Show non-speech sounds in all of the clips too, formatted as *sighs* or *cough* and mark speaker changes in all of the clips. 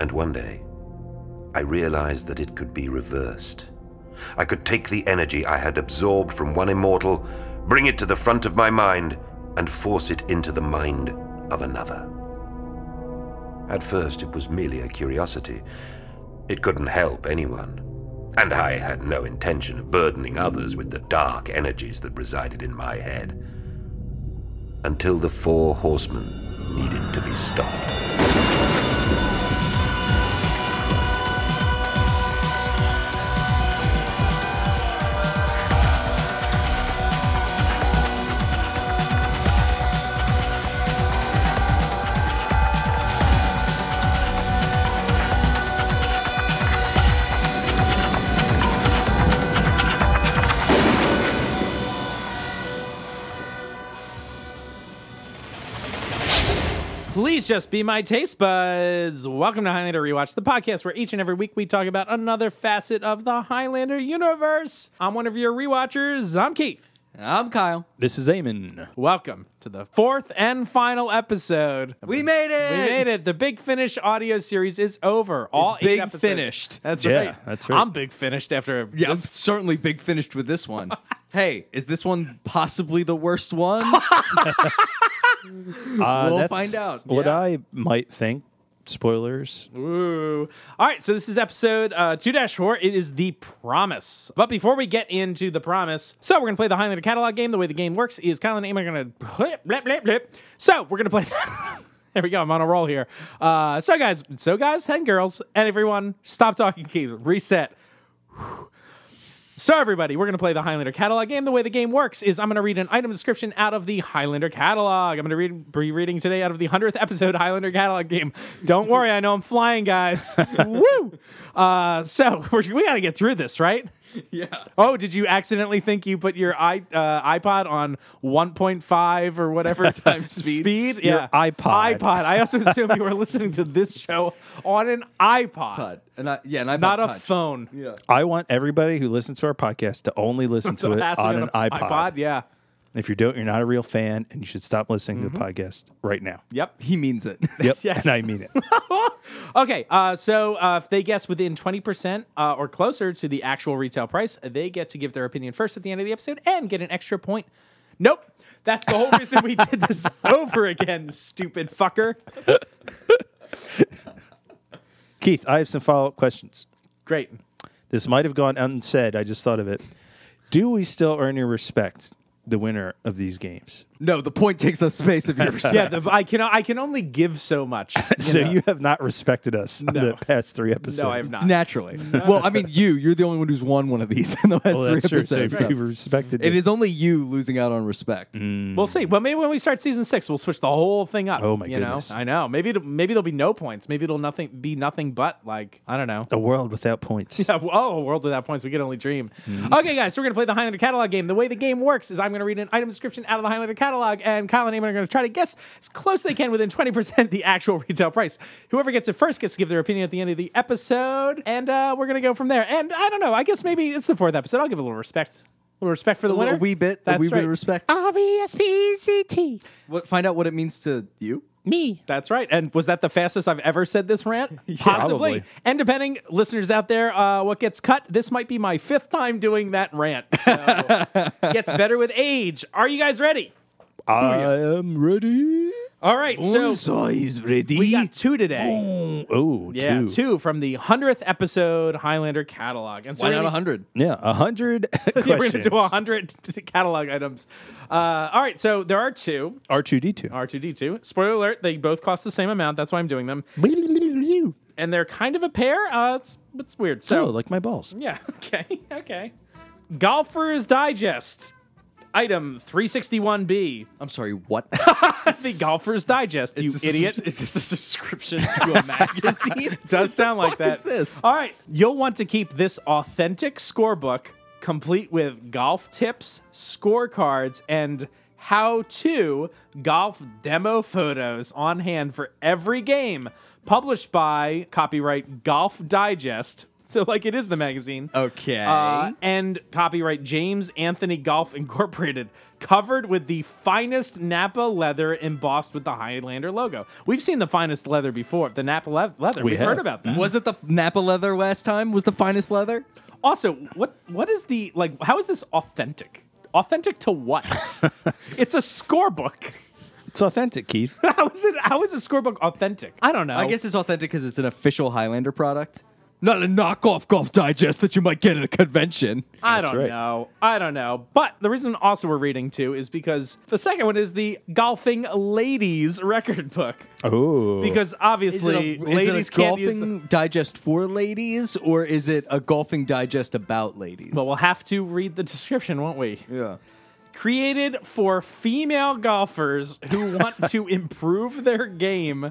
Speaker 1: And one day, I realized that it could be reversed. I could take the energy I had absorbed from one immortal, bring it to the front of my mind, and force it into the mind of another. At first, it was merely a curiosity. It couldn't help anyone. And I had no intention of burdening others with the dark energies that resided in my head. Until the four horsemen needed to be stopped.
Speaker 2: Please just be my taste buds. Welcome to Highlander Rewatch, the podcast where each and every week we talk about another facet of the Highlander universe. I'm one of your rewatchers. I'm Keith.
Speaker 3: I'm Kyle.
Speaker 4: This is Eamon.
Speaker 2: Welcome to the fourth and final episode.
Speaker 3: We made
Speaker 2: We
Speaker 3: it.
Speaker 2: made it. The Big Finish audio series is over. All
Speaker 3: It's
Speaker 2: eight
Speaker 3: big
Speaker 2: episodes.
Speaker 3: finished.
Speaker 2: That's
Speaker 4: Yeah,
Speaker 2: right.
Speaker 4: that's right.
Speaker 2: I'm big finished after
Speaker 3: Yeah, I'm
Speaker 2: this
Speaker 3: certainly big finished with
Speaker 2: *laughs*
Speaker 3: this one. hey, is this one possibly the
Speaker 2: *laughs*
Speaker 3: worst one? *laughs*
Speaker 4: Uh,
Speaker 3: We'll
Speaker 4: that's
Speaker 3: find out.
Speaker 4: What
Speaker 2: Yeah.
Speaker 4: I might think, spoilers.
Speaker 2: Ooh. All right, so this is episode uh, 2-4. It is The Promise. But before we get into The Promise, so we're going to play the Highlander catalog game. The way the game works is Kyle and Amy are going to blip, blip, blip, blip. So we're going to play... *laughs* there we go. I'm on a roll here. Uh, so guys, so guys and girls and everyone, stop talking, Keith. Reset. So, everybody, we're going to play the Highlander catalog game. The way the game works is I'm going to read an item description out of the Highlander catalog. I'm going to read, be reading today out of the 100th episode *laughs* Highlander catalog game. Don't worry, I know I'm flying,
Speaker 4: *laughs*
Speaker 2: guys. Woo! Uh, so, *laughs* we're, we got to get through this, right?
Speaker 3: yeah.
Speaker 2: Oh, did you accidentally think you put your i uh, iPod on 1.5 or
Speaker 4: *laughs*
Speaker 2: whatever
Speaker 3: Times speed.
Speaker 2: Speed?
Speaker 4: Your
Speaker 2: yeah.
Speaker 4: iPod.
Speaker 2: iPod. I also assume
Speaker 4: *laughs*
Speaker 2: you were listening to this show on an iPod,
Speaker 3: But and I yeah, and I'm
Speaker 2: not a
Speaker 3: touch.
Speaker 2: phone.
Speaker 3: Yeah.
Speaker 4: I want everybody who listens to our podcast to
Speaker 2: *laughs*
Speaker 4: only listen
Speaker 2: So
Speaker 4: to it
Speaker 2: passing
Speaker 4: on an
Speaker 2: a
Speaker 4: iPod.
Speaker 2: iPod. Yeah.
Speaker 4: If you don't, you're not a real fan, and you should stop listening to the podcast right now.
Speaker 2: Yep.
Speaker 3: He
Speaker 2: *laughs*
Speaker 3: means it.
Speaker 4: *laughs* Yep,
Speaker 2: Mm-hmm. Yes.
Speaker 4: and I mean
Speaker 2: *laughs*
Speaker 4: it.
Speaker 2: Okay, uh, so uh, if they guess within 20% uh, or closer to the actual retail price, they get to give their opinion first at the end of the episode and get an extra point. Nope. That's the whole reason we did
Speaker 4: *laughs*
Speaker 2: this over again, stupid fucker.
Speaker 4: Keith, I have some follow up questions.
Speaker 2: Great.
Speaker 4: This might have gone unsaid. I just thought of it. Do we still earn your respect, the winner of these games?
Speaker 3: No, the point takes the space of your
Speaker 2: *laughs* Yeah, the, I can I can only give so much.
Speaker 4: *laughs* so you have not respected us on
Speaker 2: No.
Speaker 4: the past three episodes.
Speaker 2: No, I have not. *laughs*
Speaker 3: naturally. Well, I mean, you you're the only one who's won one of these in the last
Speaker 4: Well,
Speaker 3: three
Speaker 4: that's true. So
Speaker 3: episodes.
Speaker 4: if
Speaker 3: so
Speaker 2: *laughs*
Speaker 4: you've respected
Speaker 3: It is only you losing out on respect.
Speaker 2: We'll see. Well, maybe when we start season six, we'll switch the whole thing up.
Speaker 4: Oh, my
Speaker 2: you
Speaker 4: goodness.
Speaker 2: Know? I know. Maybe it'll, maybe there'll be no points. Maybe it'll nothing be nothing but like I don't know.
Speaker 4: a world without
Speaker 2: *laughs*
Speaker 4: points.
Speaker 2: Yeah, w- oh, a world without points. We can only dream.
Speaker 3: Mm-hmm.
Speaker 2: Okay, guys, so we're going to play the Highlander catalog game. The way the game works is I'm going to read an item description out of the Highlander catalog, and Kyle and Eamon are going to try to guess as close they can within 20% the actual *laughs* retail price. Whoever gets it first gets to give their opinion at the end of the episode, and uh, we're going to go from there. And I don't know, I guess maybe it's the fourth episode. I'll give a little respect. A little respect for the
Speaker 3: A little
Speaker 2: winner.
Speaker 3: wee bit,
Speaker 2: That's
Speaker 3: a wee
Speaker 2: right. Uh-huh.
Speaker 3: bit of respect.
Speaker 5: R-E-S-P-E-C-T.
Speaker 3: What, find out what it means to you.
Speaker 5: Me.
Speaker 2: That's right. And was that the fastest I've ever said this
Speaker 4: *laughs*
Speaker 2: rant? Possibly.
Speaker 4: Probably.
Speaker 2: And depending, listeners out there, uh, what gets cut, this might be my fifth time doing that rant. So
Speaker 4: *laughs*
Speaker 2: gets better with age. Are you guys ready?
Speaker 4: I am ready.
Speaker 2: All right. So
Speaker 3: size ready.
Speaker 2: we got two today.
Speaker 4: Oh,
Speaker 2: Yeah,
Speaker 4: two.
Speaker 2: two. from the 100th episode Highlander catalog. And so
Speaker 3: Why
Speaker 2: we're
Speaker 3: not
Speaker 2: gonna-
Speaker 3: 100?
Speaker 4: Yeah, a hundred
Speaker 2: *laughs* Yeah, *laughs* we're going
Speaker 4: questions.
Speaker 2: to do 100 *laughs* catalog items. Uh, all right. So there are two
Speaker 4: R two D two.
Speaker 2: R2D2. Spoiler alert, they both cost the same amount. That's why I'm doing them. And they're kind of a pair. Uh, it's, it's weird. So.
Speaker 4: Oh, like my balls.
Speaker 2: Yeah. *laughs* Okay. Okay. Golfers Digest. Item 361B.
Speaker 3: I'm sorry, what?
Speaker 2: *laughs* The Golfers Digest, you
Speaker 3: Oh. Is this a
Speaker 2: idiot.
Speaker 3: *laughs* subs- is this
Speaker 2: *laughs*
Speaker 3: a subscription to a magazine?
Speaker 2: Does sound like
Speaker 3: fuck
Speaker 2: that.
Speaker 3: is this?
Speaker 2: All right. You'll want to keep this authentic scorebook complete with golf tips, scorecards, and how to golf demo photos on hand for every game published by copyright Golf Digest. So like it is the magazine.
Speaker 3: Okay.
Speaker 2: Uh, and copyright James Anthony Golf Incorporated, covered with the finest Napa leather embossed with the Highlander logo. We've seen the finest leather before, the Napa le- leather.
Speaker 4: We
Speaker 2: have
Speaker 4: have.
Speaker 2: heard about that.
Speaker 3: was it the Napa leather last time? Was the finest leather?
Speaker 2: Also, what what is the like? How is this authentic? Authentic to what? it's a scorebook. *laughs*
Speaker 4: It's authentic, Keith.
Speaker 2: How is it? How is a scorebook authentic? I don't know.
Speaker 3: I guess it's authentic because it's an official Highlander product, not a knockoff Golf Digest that you might get at a convention.
Speaker 2: I
Speaker 4: That's
Speaker 2: don't
Speaker 4: right.
Speaker 2: know. I don't know. But the reason also we're reading too is because the second one is the golfing ladies record book.
Speaker 4: oh,
Speaker 2: Because obviously
Speaker 3: is it a,
Speaker 2: ladies
Speaker 3: is it a
Speaker 2: can't
Speaker 3: golfing
Speaker 2: use. Them.
Speaker 3: digest for ladies, or is it a golfing digest about ladies?
Speaker 2: But we'll have to read the description, won't we?
Speaker 3: yeah.
Speaker 2: Created for female golfers
Speaker 3: *laughs*
Speaker 2: who want to improve their game.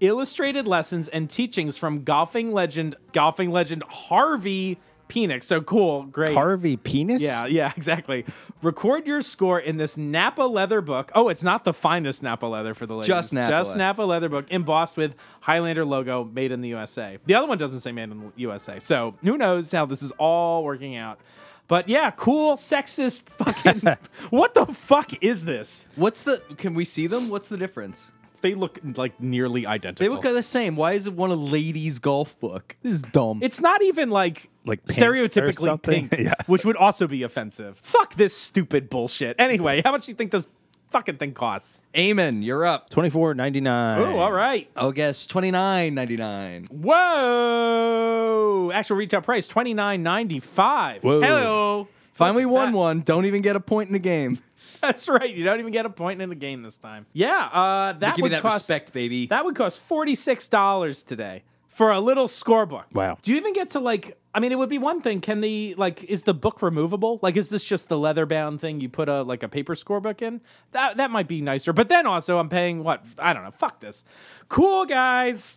Speaker 2: Illustrated lessons and teachings from golfing legend, golfing legend Harvey Penix. So cool, great.
Speaker 4: Harvey penis.
Speaker 2: Yeah, yeah, *laughs* exactly. Record your score in this Napa leather book. Oh, it's not the finest Napa leather for the ladies.
Speaker 3: Just Napa
Speaker 2: Just
Speaker 3: leather.
Speaker 2: Napa leather book embossed with Highlander logo made in the USA. The other one doesn't say made in the USA. So who knows how this is all working out. But yeah, cool, sexist fucking. what the fuck is this?
Speaker 3: What's the? Can we see them? What's the difference?
Speaker 2: They look like nearly
Speaker 3: They
Speaker 2: identical.
Speaker 3: look the same. Why is it one a ladies' golf book? This is dumb.
Speaker 2: it's not even like
Speaker 4: Like pink or
Speaker 2: stereotypically
Speaker 4: something?
Speaker 2: pink,
Speaker 4: Yeah.
Speaker 2: which would also be offensive. Fuck this stupid bullshit. Anyway, how much do you think this fucking thing costs?
Speaker 3: Amen. You're up.
Speaker 4: twenty four ninety nine.
Speaker 2: Oh, all right.
Speaker 3: I'll guess twenty nine ninety nine.
Speaker 2: Whoa! Actual retail price twenty nine ninety five.
Speaker 4: Whoa.
Speaker 3: Hello. Finally won one. Don't even get a point in the game.
Speaker 2: *laughs* That's right. You don't even get a point in the game this time. Yeah, uh, that
Speaker 3: Give me
Speaker 2: would
Speaker 3: that
Speaker 2: cost
Speaker 3: respect, baby.
Speaker 2: that would cost forty six dollars today for a little scorebook.
Speaker 4: Wow.
Speaker 2: Do you even get to like? I mean, it would be one thing. Can the like is the book removable? Like, is this just the leather bound thing you put a like a paper scorebook in? That that might be nicer. But then also, I'm paying what I don't know. Fuck this. Cool guys.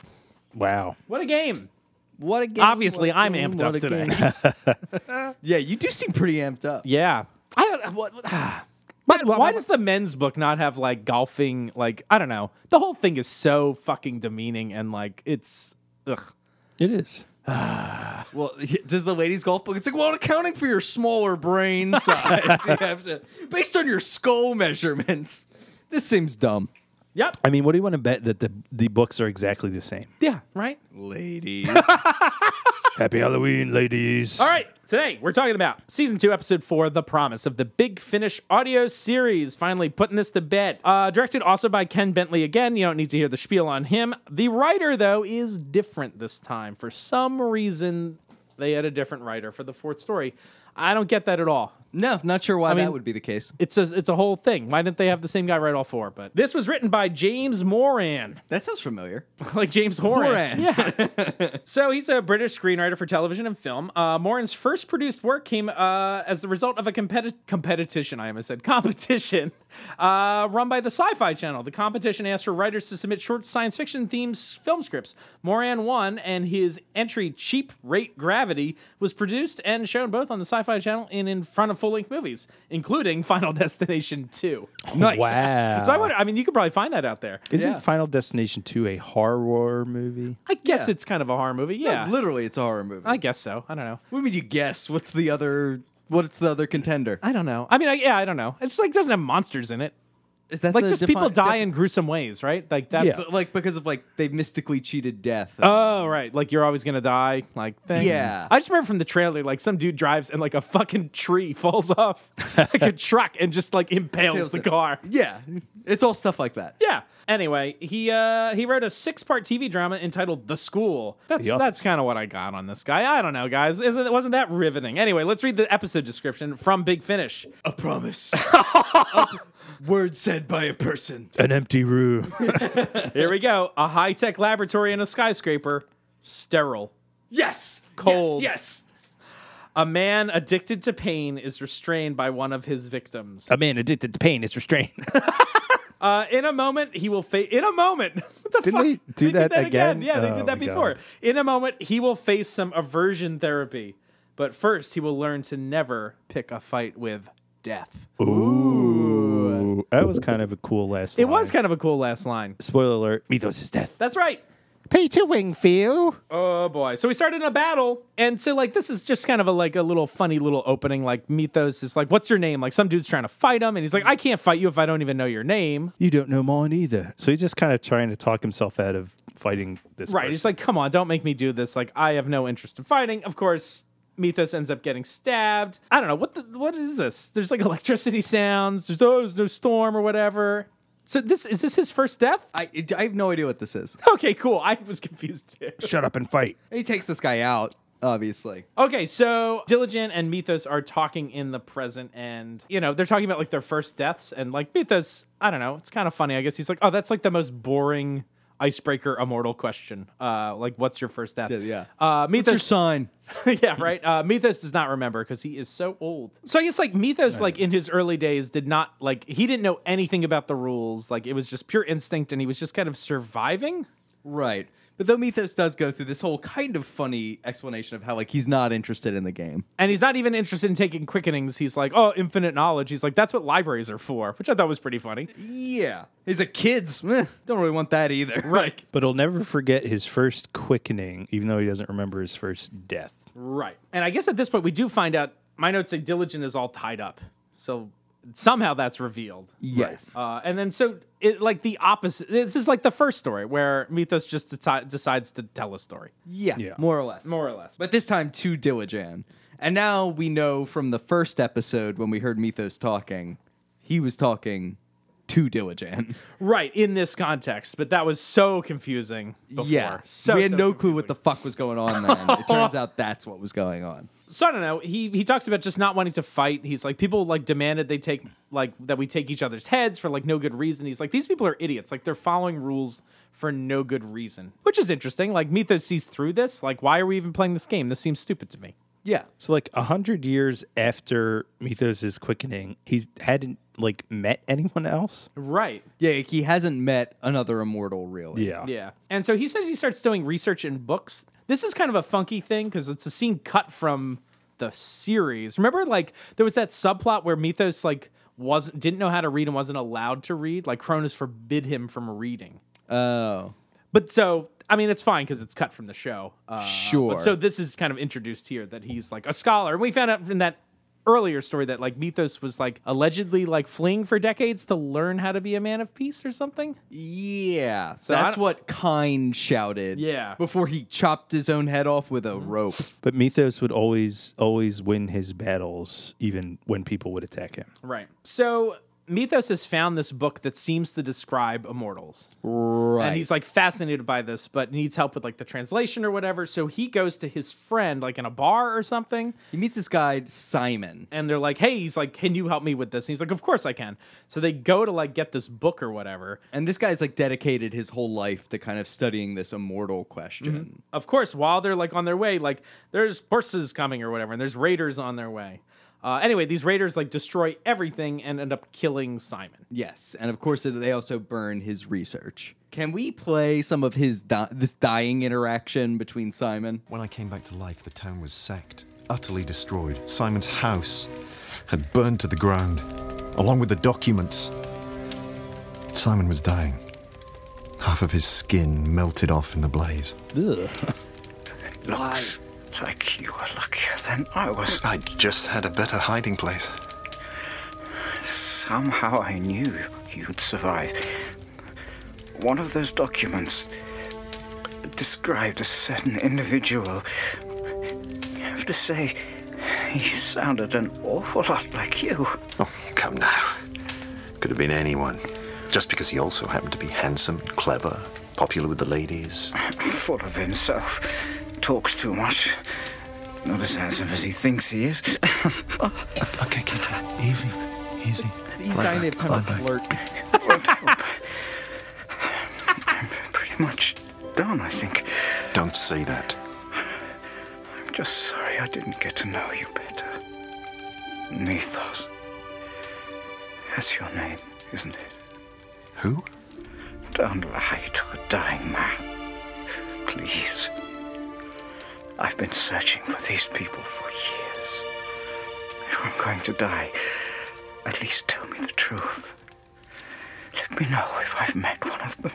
Speaker 4: Wow.
Speaker 2: What a game.
Speaker 3: what a game.
Speaker 2: Obviously,
Speaker 3: what a
Speaker 2: I'm
Speaker 3: game,
Speaker 2: amped up
Speaker 3: what a
Speaker 2: today.
Speaker 3: game. *laughs* yeah, you do seem pretty amped up.
Speaker 2: Yeah. I what, *sighs* ah. why, why does the men's book not have like golfing like I don't know. The whole thing is so fucking demeaning and like it's ugh.
Speaker 4: It is.
Speaker 3: Well, *laughs* does the ladies' golf book? It's like, well, accounting for your smaller brain size, *laughs* you have to, based on your skull measurements. This seems dumb.
Speaker 2: Yep.
Speaker 4: I mean, what do you want to bet that the the books are exactly the same?
Speaker 2: Yeah, right?
Speaker 3: Ladies.
Speaker 4: Happy Halloween, ladies.
Speaker 2: All right. Today we're talking about season two, episode four, "The Promise" of the Big Finish audio series. Finally putting this to bed. Uh, directed also by Ken Bentley again. You don't need to hear the spiel on him. The writer though is different this time. For some reason, they had a different writer for the fourth story. I don't get that at all.
Speaker 3: *laughs* no, not sure why
Speaker 2: mean-
Speaker 3: that would be the case.
Speaker 2: It's a it's a whole thing. Why didn't they have the same guy write all four? But this was written by James Moran, *laughs*
Speaker 3: That sounds familiar.
Speaker 2: like James Horan.
Speaker 3: Moran.
Speaker 2: Yeah. so he's a British screenwriter for television and film. Uh, Moran's first produced work came uh, as the result of a competi- competition. I almost said competition *laughs* uh, run by the Sci-Fi Channel. The competition asked for writers to submit short science fiction themes film scripts. Moran won, and his entry "Cheap Rate Gravity" was produced and shown both on the Sci-Fi Channel and in front of full-length movies, including *laughs* Final Destination Two.
Speaker 3: Nice. Uh,
Speaker 4: Wow.
Speaker 2: So I would, I mean, you could probably find that out there.
Speaker 4: Isn't
Speaker 3: Yeah.
Speaker 4: Final Destination 2 a horror movie?
Speaker 2: I guess
Speaker 3: Yeah.
Speaker 2: it's kind of a horror movie.
Speaker 3: No,
Speaker 2: Yeah.
Speaker 3: literally, it's a horror movie.
Speaker 2: I guess so. I don't know.
Speaker 3: what would you guess? What's the other? What's the other contender?
Speaker 2: I don't know. I mean, I, yeah, I don't know. It's like doesn't have monsters in it.
Speaker 3: Is that
Speaker 2: Like
Speaker 3: the
Speaker 2: just
Speaker 3: defi-
Speaker 2: people die
Speaker 3: de-
Speaker 2: in gruesome ways, right? Like that's
Speaker 4: Yeah.
Speaker 3: but, like because of like they mystically cheated death?
Speaker 2: Oh right, like you're always gonna die, like thing.
Speaker 3: Yeah.
Speaker 2: I just remember from the trailer, like some dude drives and like a fucking tree *laughs* falls off, like
Speaker 3: *laughs*
Speaker 2: a truck, and just like impales
Speaker 3: Kills
Speaker 2: the
Speaker 3: it.
Speaker 2: car.
Speaker 3: yeah, it's all stuff like that.
Speaker 2: Yeah. Anyway, he uh he wrote a six part TV drama entitled The School. That's
Speaker 4: Yeah.
Speaker 2: that's kind of what I got on this guy. I don't know, guys. Isn't wasn't that riveting? Anyway, let's read the episode description from Big Finish.
Speaker 3: A *laughs* promise. Word said by a person.
Speaker 4: An
Speaker 2: *laughs*
Speaker 4: empty room.
Speaker 2: Here we go. A high tech laboratory in a skyscraper, sterile.
Speaker 3: Yes.
Speaker 2: Cold.
Speaker 3: Yes.
Speaker 2: A man addicted to pain is restrained by one of his victims.
Speaker 4: a man addicted to pain is restrained.
Speaker 2: Uh, in a moment, he will face. In a moment, *laughs* What the
Speaker 4: Didn't
Speaker 2: fuck?
Speaker 4: they *laughs* do that again?
Speaker 2: Yeah, they
Speaker 4: Oh
Speaker 2: did that
Speaker 4: my
Speaker 2: before.
Speaker 4: God.
Speaker 2: In a moment, he will face some aversion therapy, but first, he will learn to never pick a fight with death.
Speaker 4: Oh Ooh. That was kind of a cool last
Speaker 2: It was kind of a cool last line.
Speaker 4: Spoiler alert. Mythos is death.
Speaker 2: That's right.
Speaker 5: Peter Wingfield.
Speaker 2: Oh boy! So we started in a battle, and so like this is just kind of a like a little funny little opening. Like Mythos is like, "What's your name?" Like some dude's trying to fight him, and he's like, "I can't fight you if I don't even know your name."
Speaker 4: You don't know mine either. So he's just kind of trying to talk himself out of fighting this.
Speaker 2: Right? He's
Speaker 4: person.
Speaker 2: like, "Come on, don't make me do this." Like I have no interest in fighting. Of course, Mythos ends up getting stabbed. I don't know what the what is this. There's like *laughs* electricity sounds. There's oh, there's no storm or whatever. So this is this his first death? *laughs*
Speaker 3: I, I have no idea what this is.
Speaker 2: Okay, cool. I was confused too. *laughs*
Speaker 4: shut up and fight.
Speaker 3: He takes this guy out, obviously.
Speaker 2: Okay, so Diligent and Mythos are talking in the present, and you know they're talking about like their first deaths, and like Mythos, I don't know, it's kind of funny. I guess he's like, oh, that's like the most boring icebreaker immortal question. Uh, like, what's your first death?
Speaker 3: Yeah, yeah.
Speaker 2: Uh,
Speaker 3: It's your
Speaker 2: Mythos,
Speaker 3: sign.
Speaker 2: *laughs* yeah, right. Uh, Mythos does not remember because he is so old. So I guess like Mythos, like in his early days, did not like he didn't know anything about the rules. Like it was just pure instinct, and he was just kind of surviving.
Speaker 3: Right. But though Mythos does go through this whole kind of funny explanation of how like he's not interested in the game.
Speaker 2: and he's not even interested in taking quickenings. He's like, oh, infinite knowledge. He's like, that's what libraries are for, which I thought was pretty funny.
Speaker 3: Yeah. He's like kids. meh, don't really want that either. Right.
Speaker 4: But he'll never forget his first quickening, even though he doesn't remember his first death.
Speaker 2: Right. And I guess at this point, we do find out my notes say Diligent is all tied up. So somehow that's revealed.
Speaker 3: yes.
Speaker 2: Uh, and then so it like the opposite. This is like the first story where Mythos just deci- decides to tell a story,
Speaker 3: yeah,
Speaker 4: yeah.
Speaker 3: More or less.
Speaker 2: more or less. But
Speaker 3: But this time to Diligent. And now we know from the first episode when we heard Mythos talking, he was talking to Diligent.
Speaker 2: right in this context. But that was so confusing. *laughs* Before.
Speaker 3: Yeah.
Speaker 2: So
Speaker 3: we had
Speaker 2: so
Speaker 3: no clue what the fuck was going on then.
Speaker 2: *laughs*
Speaker 3: it turns out that's what was going on.
Speaker 2: so I don't know. He he talks about just not wanting to fight. He's like people like demanded they take like that we take each other's heads for like no good reason. He's like these people are idiots. Like they're following rules for no good reason, which is interesting. Like Mythos sees through this. Like why are we even playing this game? This seems stupid to me.
Speaker 3: Yeah.
Speaker 4: So like a hundred years after Mythos' quickening, he's hadn't like met anyone else.
Speaker 2: Right.
Speaker 3: Yeah, like, he hasn't met another immortal really.
Speaker 2: Yeah. Uh, And so he says he starts doing research in books. This is kind of a funky thing because it's a scene cut from the series. Remember, like there was that subplot where Mythos like wasn't didn't know how to read and wasn't allowed to read. Like Cronus forbid him from reading.
Speaker 3: Oh.
Speaker 2: But so I mean, it's fine because it's cut from the show. Uh, but
Speaker 3: Sure.
Speaker 2: so this is kind of introduced here that he's like a scholar, and we found out in that earlier story that like Mythos was like allegedly like fleeing for decades to learn how to be a man of peace or something.
Speaker 3: Yeah.
Speaker 2: I
Speaker 3: that's
Speaker 2: don't-
Speaker 3: what Kind shouted.
Speaker 2: Yeah.
Speaker 3: Before he chopped his own head off with a rope.
Speaker 4: But Mythos would always always win his battles, even when people would attack him.
Speaker 2: Right. So Mythos has found this book that seems to describe immortals. *laughs*
Speaker 3: Right.
Speaker 2: And he's like fascinated by this, but needs help with like the translation or whatever. So he goes to his friend, like in a bar or something,
Speaker 3: he meets this guy, Simon.
Speaker 2: and they're like, Hey, he's like, Can you help me with this? And he's like, Of course I can. So they go to like get this book or whatever.
Speaker 3: And this guy's like dedicated his whole life to kind of studying this immortal question.
Speaker 2: Of course, while they're like on their way, like there's horses coming or whatever, and there's raiders on their way. Uh, anyway, these raiders like destroy everything and end up killing Simon.
Speaker 3: Yes, and of course they also burn his research. Can we play some of his di- this dying interaction between Simon?
Speaker 6: When I came back to life, the town was sacked, utterly destroyed. Simon's house had burned to the ground, along with the documents. Simon was dying. Half of his skin melted off in the blaze.
Speaker 4: Ugh.
Speaker 6: Looks like you were luckier than I was. I just had a better hiding place.
Speaker 7: Somehow I knew you'd survive. One of those documents described a certain individual. I have to say, he sounded an awful lot like you.
Speaker 8: Oh, come now. Could have been anyone. Just because he also happened to be handsome, clever, popular with the ladies.
Speaker 7: Full of himself. Talks too much. Not as handsome as he thinks he is.
Speaker 6: Okay, okay, okay. easy, easy.
Speaker 3: He's
Speaker 6: Lie
Speaker 3: dying to have
Speaker 6: back,
Speaker 3: time to
Speaker 6: lie back.
Speaker 3: flirt.
Speaker 7: Pretty much done, I think.
Speaker 8: Don't say that.
Speaker 7: I'm just sorry I didn't get to know you better. Mythos. That's your name, isn't it?
Speaker 8: Who?
Speaker 7: Don't lie to a dying man. Please. I've been searching for these people for years. If I'm going to die, at least tell me the truth. Let me know if I've met one of them.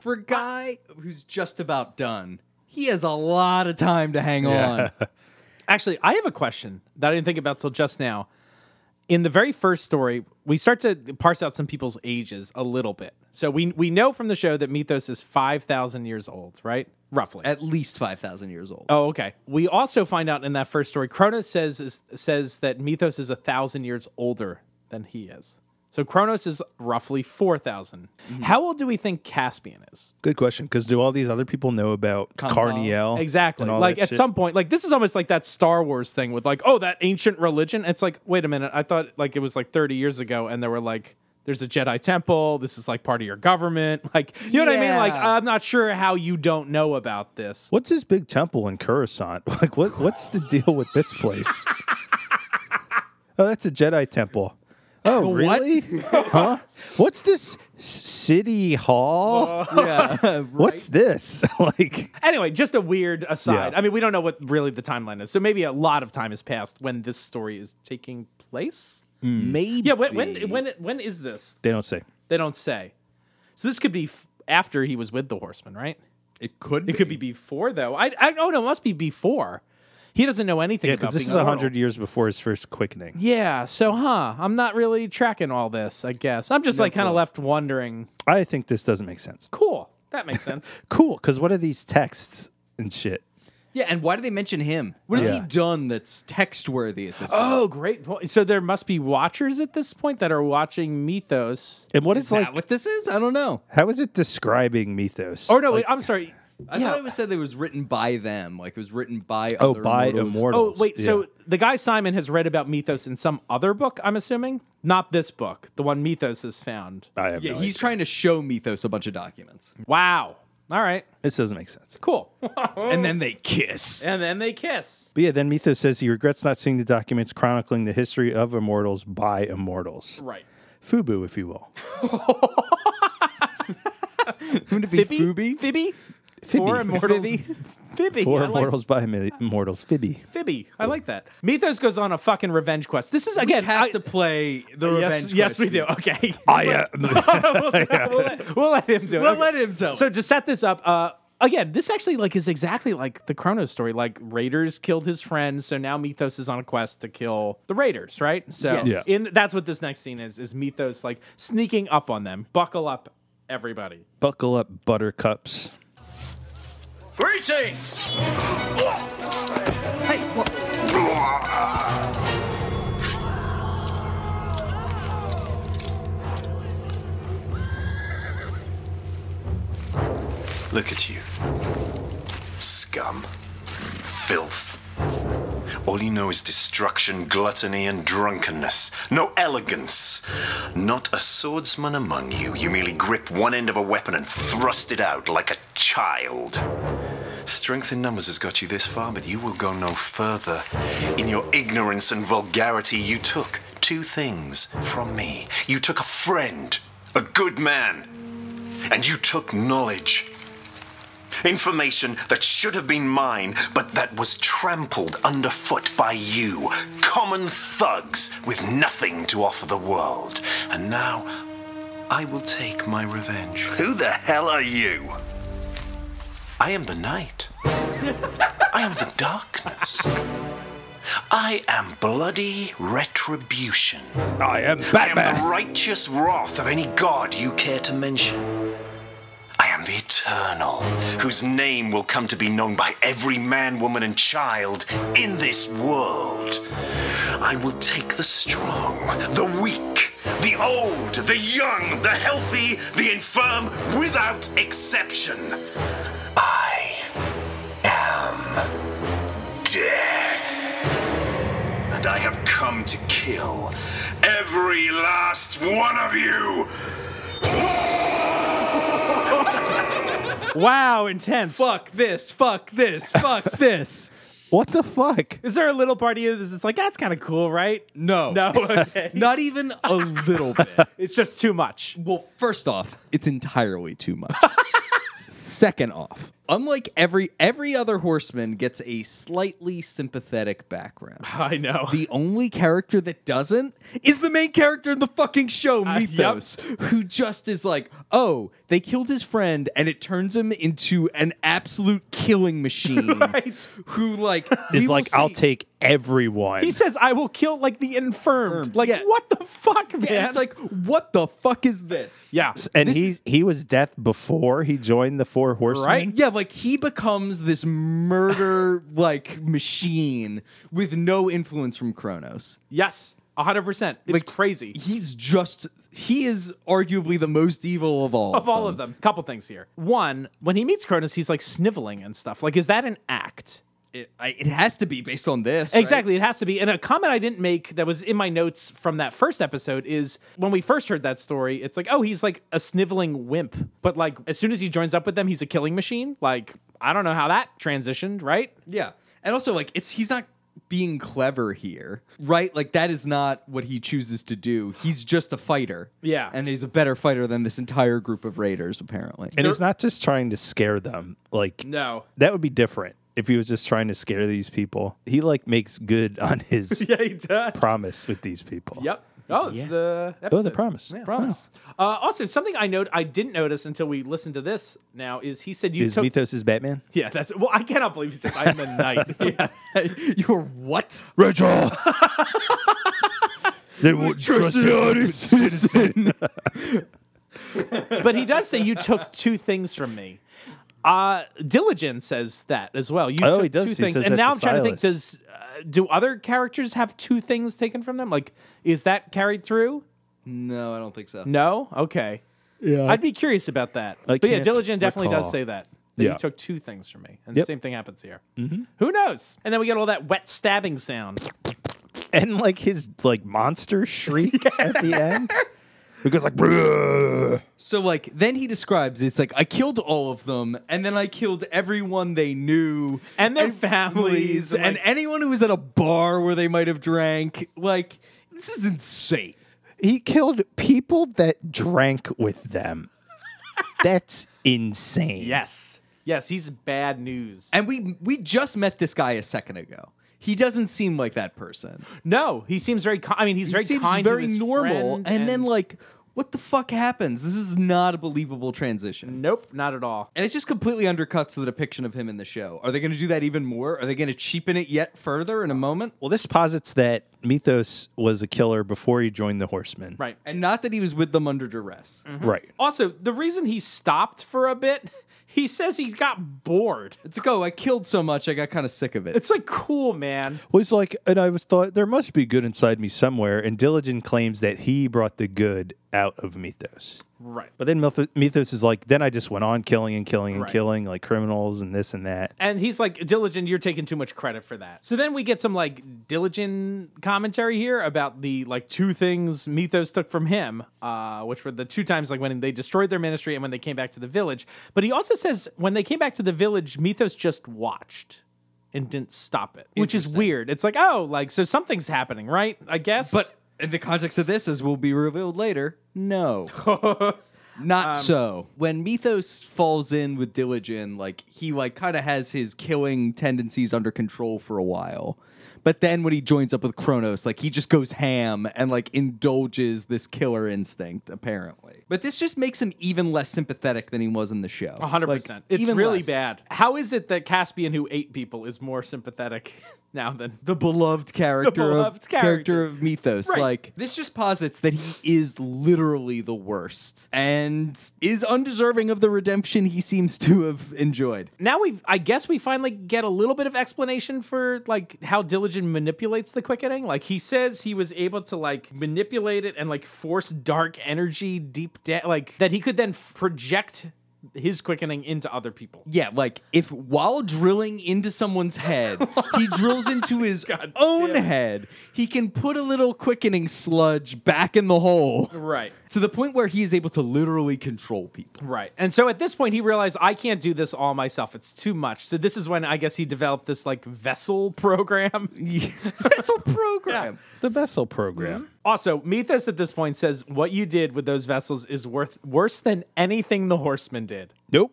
Speaker 3: For a guy who's just about done, he has a lot of time to hang on.
Speaker 2: Actually, I have a question that I didn't think about till just now. In the very first story, we start to parse out some people's ages a little bit. So we we know from the show that Mythos is five thousand years old, right? Roughly.
Speaker 3: At least 5,000 years old.
Speaker 2: oh, okay. We also find out in that first story, Cronus says is, says that Mythos is a thousand years older than he is. So Kronos is roughly four How old do we think Caspian is?
Speaker 4: Good question. Because do all these other people know about Carniel?
Speaker 2: Exactly.
Speaker 4: Oh, and all
Speaker 2: Like
Speaker 4: that
Speaker 2: at
Speaker 4: shit?
Speaker 2: some point, like this is almost like that Star Wars thing with like, oh, that ancient religion. It's like, wait a minute, I thought like it was like 30 years ago, and there were like, there's a Jedi temple. This is like part of your government. *laughs* Like, you know what I mean? Like,
Speaker 3: Yeah.
Speaker 2: I'm not sure how you don't know about this.
Speaker 4: What's this big temple in Coruscant? *laughs* Like, what? What's the deal with this
Speaker 2: *laughs*
Speaker 4: place? oh, that's a Jedi temple.
Speaker 2: *laughs*
Speaker 4: Oh,
Speaker 3: what?
Speaker 4: really? huh? What's this s- city hall?
Speaker 2: Oh.
Speaker 3: Yeah.
Speaker 4: *laughs* What's this? *laughs* like,
Speaker 2: Anyway, just a weird aside.
Speaker 4: Yeah.
Speaker 2: I mean, we don't know what really the timeline is, so maybe a lot of time has passed when this story is taking place.
Speaker 3: Maybe.
Speaker 2: *laughs* Yeah, when when when, when is this?
Speaker 4: they don't say.
Speaker 2: They don't say. So this could be f- after he was with the Horseman, right?
Speaker 3: It could be.
Speaker 2: It could be before though. I I oh no, it must be before. He doesn't know anything
Speaker 4: Yeah,
Speaker 2: about
Speaker 4: because this
Speaker 2: being
Speaker 4: is a
Speaker 2: mortal.
Speaker 4: hundred years before his first quickening.
Speaker 2: Yeah, so huh, I'm not really tracking all this, I guess. I'm just like kind of left wondering.
Speaker 4: I think this doesn't make sense.
Speaker 2: Cool. That makes
Speaker 4: *laughs*
Speaker 2: sense.
Speaker 4: Cool. Because what are these texts and shit?
Speaker 3: Yeah, and why do they mention him? What has he
Speaker 4: Yeah.
Speaker 3: done that's text worthy at this point?
Speaker 2: oh, great point. So there must be watchers at this point that are watching Mythos.
Speaker 4: And what is,
Speaker 3: Is
Speaker 4: like?
Speaker 3: that what this is? I don't know.
Speaker 4: how is it describing mythos?
Speaker 2: Or no, wait, I'm sorry. Oh,
Speaker 3: I thought it was said that it was written by them. Like it was written by
Speaker 4: oh,
Speaker 3: other
Speaker 4: by
Speaker 3: mortals.
Speaker 2: Oh,
Speaker 4: immortals.
Speaker 2: wait.
Speaker 4: Yeah.
Speaker 2: So the guy Simon has read about Mythos in some other book, I'm assuming? Not this book, the one Mythos has found.
Speaker 4: I have
Speaker 3: Yeah,
Speaker 4: no
Speaker 3: he's
Speaker 4: idea.
Speaker 3: trying to show Mythos a bunch of documents.
Speaker 2: Wow. All right.
Speaker 4: This doesn't make sense.
Speaker 2: Cool. *laughs*
Speaker 3: And then they kiss.
Speaker 2: and then they kiss.
Speaker 4: But yeah, then Mythos says he regrets not seeing the documents chronicling the history of immortals by immortals.
Speaker 2: Right.
Speaker 4: Fubu, if you will.
Speaker 3: Wouldn't it be Phoebe?
Speaker 2: Fibby?
Speaker 4: Fibby. *laughs*
Speaker 2: Four immortals.
Speaker 3: Fibby?
Speaker 2: Fibby.
Speaker 4: For
Speaker 2: I like
Speaker 4: immortals by mi- immortals. Fibby.
Speaker 2: Fibby. I like that. Mythos goes on a fucking revenge quest. This is again.
Speaker 3: We have
Speaker 2: I-
Speaker 3: to play the
Speaker 2: yes,
Speaker 3: revenge.
Speaker 2: yes, we do.
Speaker 3: question.
Speaker 2: Okay.
Speaker 4: I am.
Speaker 2: *laughs* we'll, we'll let, we'll let him do it.
Speaker 3: We'll
Speaker 2: Okay.
Speaker 3: let him tell.
Speaker 2: So
Speaker 3: it.
Speaker 2: to set this up, uh, again, this actually like is exactly like the Kronos story. Like Raiders killed his friend, so now Mythos is on a quest to kill the Raiders, right? So
Speaker 3: Yes. Yeah.
Speaker 2: in that's what this next scene is: is Mythos like sneaking up on them. Buckle up,
Speaker 3: *laughs*
Speaker 2: everybody.
Speaker 4: Buckle up, buttercups.
Speaker 9: Greetings!
Speaker 8: Look at you. Scum. Filth. All you know is destruction, gluttony, and drunkenness. No elegance. Not a swordsman among you. You merely grip one end of a weapon and thrust it out like a child. Strength in numbers has got you this far, but you will go no further. In your ignorance and vulgarity, you took two things from me. You took a friend, a good man, and you took knowledge. Information that should have been mine, but that was trampled underfoot by you. Common thugs with nothing to offer the world. And now, I will take my revenge. Who the hell are you? I am the night. I am the darkness. I am bloody retribution.
Speaker 4: I am
Speaker 8: I am the righteous wrath of any god you care to mention. I am the eternal, whose name will come to be known by every man, woman, and child in this world. I will take the strong, the weak, the old, the young, the healthy, the infirm, without exception. I am death. And I have come to kill every last one of you.
Speaker 2: Wow, intense.
Speaker 3: Fuck this.
Speaker 2: *laughs*
Speaker 3: Fuck this. Fuck this.
Speaker 4: What the fuck?
Speaker 2: Is there a little part of you that's just like that's kind of cool, right? *laughs*
Speaker 3: No.
Speaker 2: No, okay.
Speaker 3: *laughs* Not even a
Speaker 2: *laughs*
Speaker 3: little bit.
Speaker 2: it's just too much. *laughs*
Speaker 3: Well, first off, it's entirely too much. Second off, unlike every every other horseman gets a slightly sympathetic background.
Speaker 2: I know.
Speaker 3: The only character that doesn't is the main character in the fucking show,
Speaker 2: Uh, yep.
Speaker 3: Mythos, who just is like, oh, they killed his friend and it turns him into an absolute killing machine.
Speaker 2: *laughs* *laughs* Right.
Speaker 3: Who, like, we
Speaker 4: Is
Speaker 3: will
Speaker 4: like, I'll
Speaker 3: see-
Speaker 4: take everyone.
Speaker 2: he says, "I will kill like the infirmed."
Speaker 3: Infirmed,
Speaker 2: Like
Speaker 3: yeah.
Speaker 2: what the fuck, man?
Speaker 3: And it's like, what the fuck is this?
Speaker 2: yeah,
Speaker 4: and
Speaker 3: this
Speaker 4: he
Speaker 3: is-
Speaker 4: he was deaf before he joined the Four Horsemen.
Speaker 2: Right?
Speaker 3: Yeah, like he becomes this
Speaker 2: *laughs*
Speaker 3: murder like machine with no influence from Kronos.
Speaker 2: yes, hundred percent. It's
Speaker 3: Like,
Speaker 2: crazy.
Speaker 3: He's just he is arguably the most evil of all
Speaker 2: of all of them. Couple things here. One, when he meets Cronus, he's like sniveling and stuff. Like, is that an act?
Speaker 3: It, I, it has to be based on this. right?
Speaker 2: Exactly, it has to be. And a comment I didn't make that was in my notes from that first episode is when we first heard that story, it's like, oh, he's like a sniveling wimp. But like, as soon as he joins up with them, he's a killing machine. Like, I don't know how that transitioned, right?
Speaker 3: Yeah, and also like it's he's not being clever here, right? Like that is not what he chooses to do. He's just a fighter.
Speaker 2: Yeah.
Speaker 3: and he's a better fighter than this entire group of raiders apparently.
Speaker 4: And he's not just trying to scare them. Like
Speaker 2: No.
Speaker 4: that would be different if he was just trying to scare these people. He like makes good on
Speaker 2: *laughs*
Speaker 4: his
Speaker 2: Yeah, he does.
Speaker 4: promise with these people.
Speaker 2: Yep. Oh, it's the
Speaker 4: Oh,
Speaker 2: episode.
Speaker 4: the promise.
Speaker 3: Promise.
Speaker 2: Uh, also, something I note I didn't notice until we listened to this now is he said you
Speaker 4: Is
Speaker 2: took
Speaker 4: Mythos
Speaker 2: *laughs*
Speaker 4: is Batman?
Speaker 2: yeah that's well I cannot believe he says I'm a
Speaker 4: *laughs*
Speaker 2: knight
Speaker 3: you were what?
Speaker 4: Rachel. *laughs* they would *laughs* trust citizen.
Speaker 2: but he does say you took two things from me. Uh, Diligent says that as well. You
Speaker 4: Oh,
Speaker 2: took
Speaker 4: he does.
Speaker 2: two
Speaker 4: He
Speaker 2: things,
Speaker 4: says
Speaker 2: and
Speaker 4: that
Speaker 2: now
Speaker 4: to
Speaker 2: I'm trying to think:
Speaker 4: Silas.
Speaker 2: Does uh, do other characters have two things taken from them? Like, is that carried through?
Speaker 3: No, I don't think so.
Speaker 2: No. Okay. Yeah, I'd be curious about that. but yeah,
Speaker 4: can't
Speaker 2: Diligent definitely does
Speaker 4: recall.
Speaker 2: say that. that
Speaker 4: Yeah.
Speaker 2: You took two things from me, and the
Speaker 4: Yep.
Speaker 2: same thing happens here. Mm-hmm. Who knows? And then we get all that wet stabbing sound.
Speaker 4: *laughs* and like his like monster
Speaker 2: *laughs*
Speaker 4: shriek at the end. Because like "Bruh."
Speaker 3: So like then he describes it's like I killed all of them and then I killed everyone they knew
Speaker 2: And their families, and
Speaker 3: and
Speaker 2: like-
Speaker 3: anyone who was at a bar where they might have drank like this is insane.
Speaker 4: he killed people that drank with them. That's insane.
Speaker 2: Yes. Yes, he's bad news.
Speaker 3: And we we just met this guy a second ago. He doesn't seem like that person.
Speaker 2: no, he seems very. Ki- I mean, he's
Speaker 3: He
Speaker 2: very
Speaker 3: seems
Speaker 2: kind. to
Speaker 3: very
Speaker 2: his
Speaker 3: normal
Speaker 2: friend
Speaker 3: and, then like what the fuck happens? This is not a believable transition.
Speaker 2: nope, not at all.
Speaker 3: And it just completely undercuts the depiction of him in the show. Are they going to do that even more? Are they going to cheapen it yet further in a moment?
Speaker 4: Well, this posits that Mythos was a killer before he joined the Horsemen.
Speaker 2: Right.
Speaker 3: And not that he was with them under duress.
Speaker 2: Mm.
Speaker 4: Right.
Speaker 2: Also, the reason he stopped for a bit, *laughs* he says he got bored.
Speaker 3: It's like, oh, I killed so much, I got kind of sick of it.
Speaker 2: It's like cool, man.
Speaker 4: Was like, and I was thought there must be good inside me somewhere. And Diligent claims that he brought the good out of Mythos.
Speaker 2: Right.
Speaker 4: But then Myth- Mythos is like, then I just went on killing and killing and
Speaker 2: Right.
Speaker 4: killing like criminals and this and that.
Speaker 2: And he's like, Diligent, you're taking too much credit for that. So then we get some like Diligent commentary here about the like two things Mythos took from him, uh, which were the two times like when they destroyed their ministry and when they came back to the village. But he also says when they came back to the village, Mythos just watched and didn't stop it, which is weird. It's like, oh, like, so something's happening, right? I guess.
Speaker 3: but in the context of this, as will be revealed later,
Speaker 2: *laughs*
Speaker 3: no.
Speaker 2: Um,
Speaker 3: Not so. When Mythos falls in with Diligent, like he like kind of has his killing tendencies under control for a while. But then when he joins up with Kronos, like he just goes ham and like indulges this killer instinct, apparently. But this just makes him even less sympathetic than he was in the show.
Speaker 2: A hundred
Speaker 3: Like,
Speaker 2: percent. It's
Speaker 3: even
Speaker 2: really
Speaker 3: less.
Speaker 2: bad. How is it that Caspian, who ate people, is more sympathetic *laughs* now than
Speaker 3: the beloved character
Speaker 2: beloved
Speaker 3: of
Speaker 2: character.
Speaker 3: of mythos
Speaker 2: Right.
Speaker 3: like this just posits that he is literally the worst and is undeserving of the redemption he seems to have enjoyed
Speaker 2: now? We, I guess, we finally get a little bit of explanation for like how Diligent manipulates the quickening. Like he says, he was able to like manipulate it and like force dark energy deep down, like that he could then project his quickening into other people.
Speaker 3: yeah like if while drilling into someone's head
Speaker 2: *laughs*
Speaker 3: he drills into his own head he can put a little quickening sludge back in the hole
Speaker 2: Right.
Speaker 3: to the point where he is able to literally control people
Speaker 2: Right. And so at this point, he realized I can't do this all myself. It's too much. So this is when I guess he developed this like vessel *laughs* program.
Speaker 3: *laughs* that's a program
Speaker 4: The vessel program.
Speaker 2: Also, Mythos at this point says what you did with those vessels is worth worse than anything the horsemen did.
Speaker 4: Nope.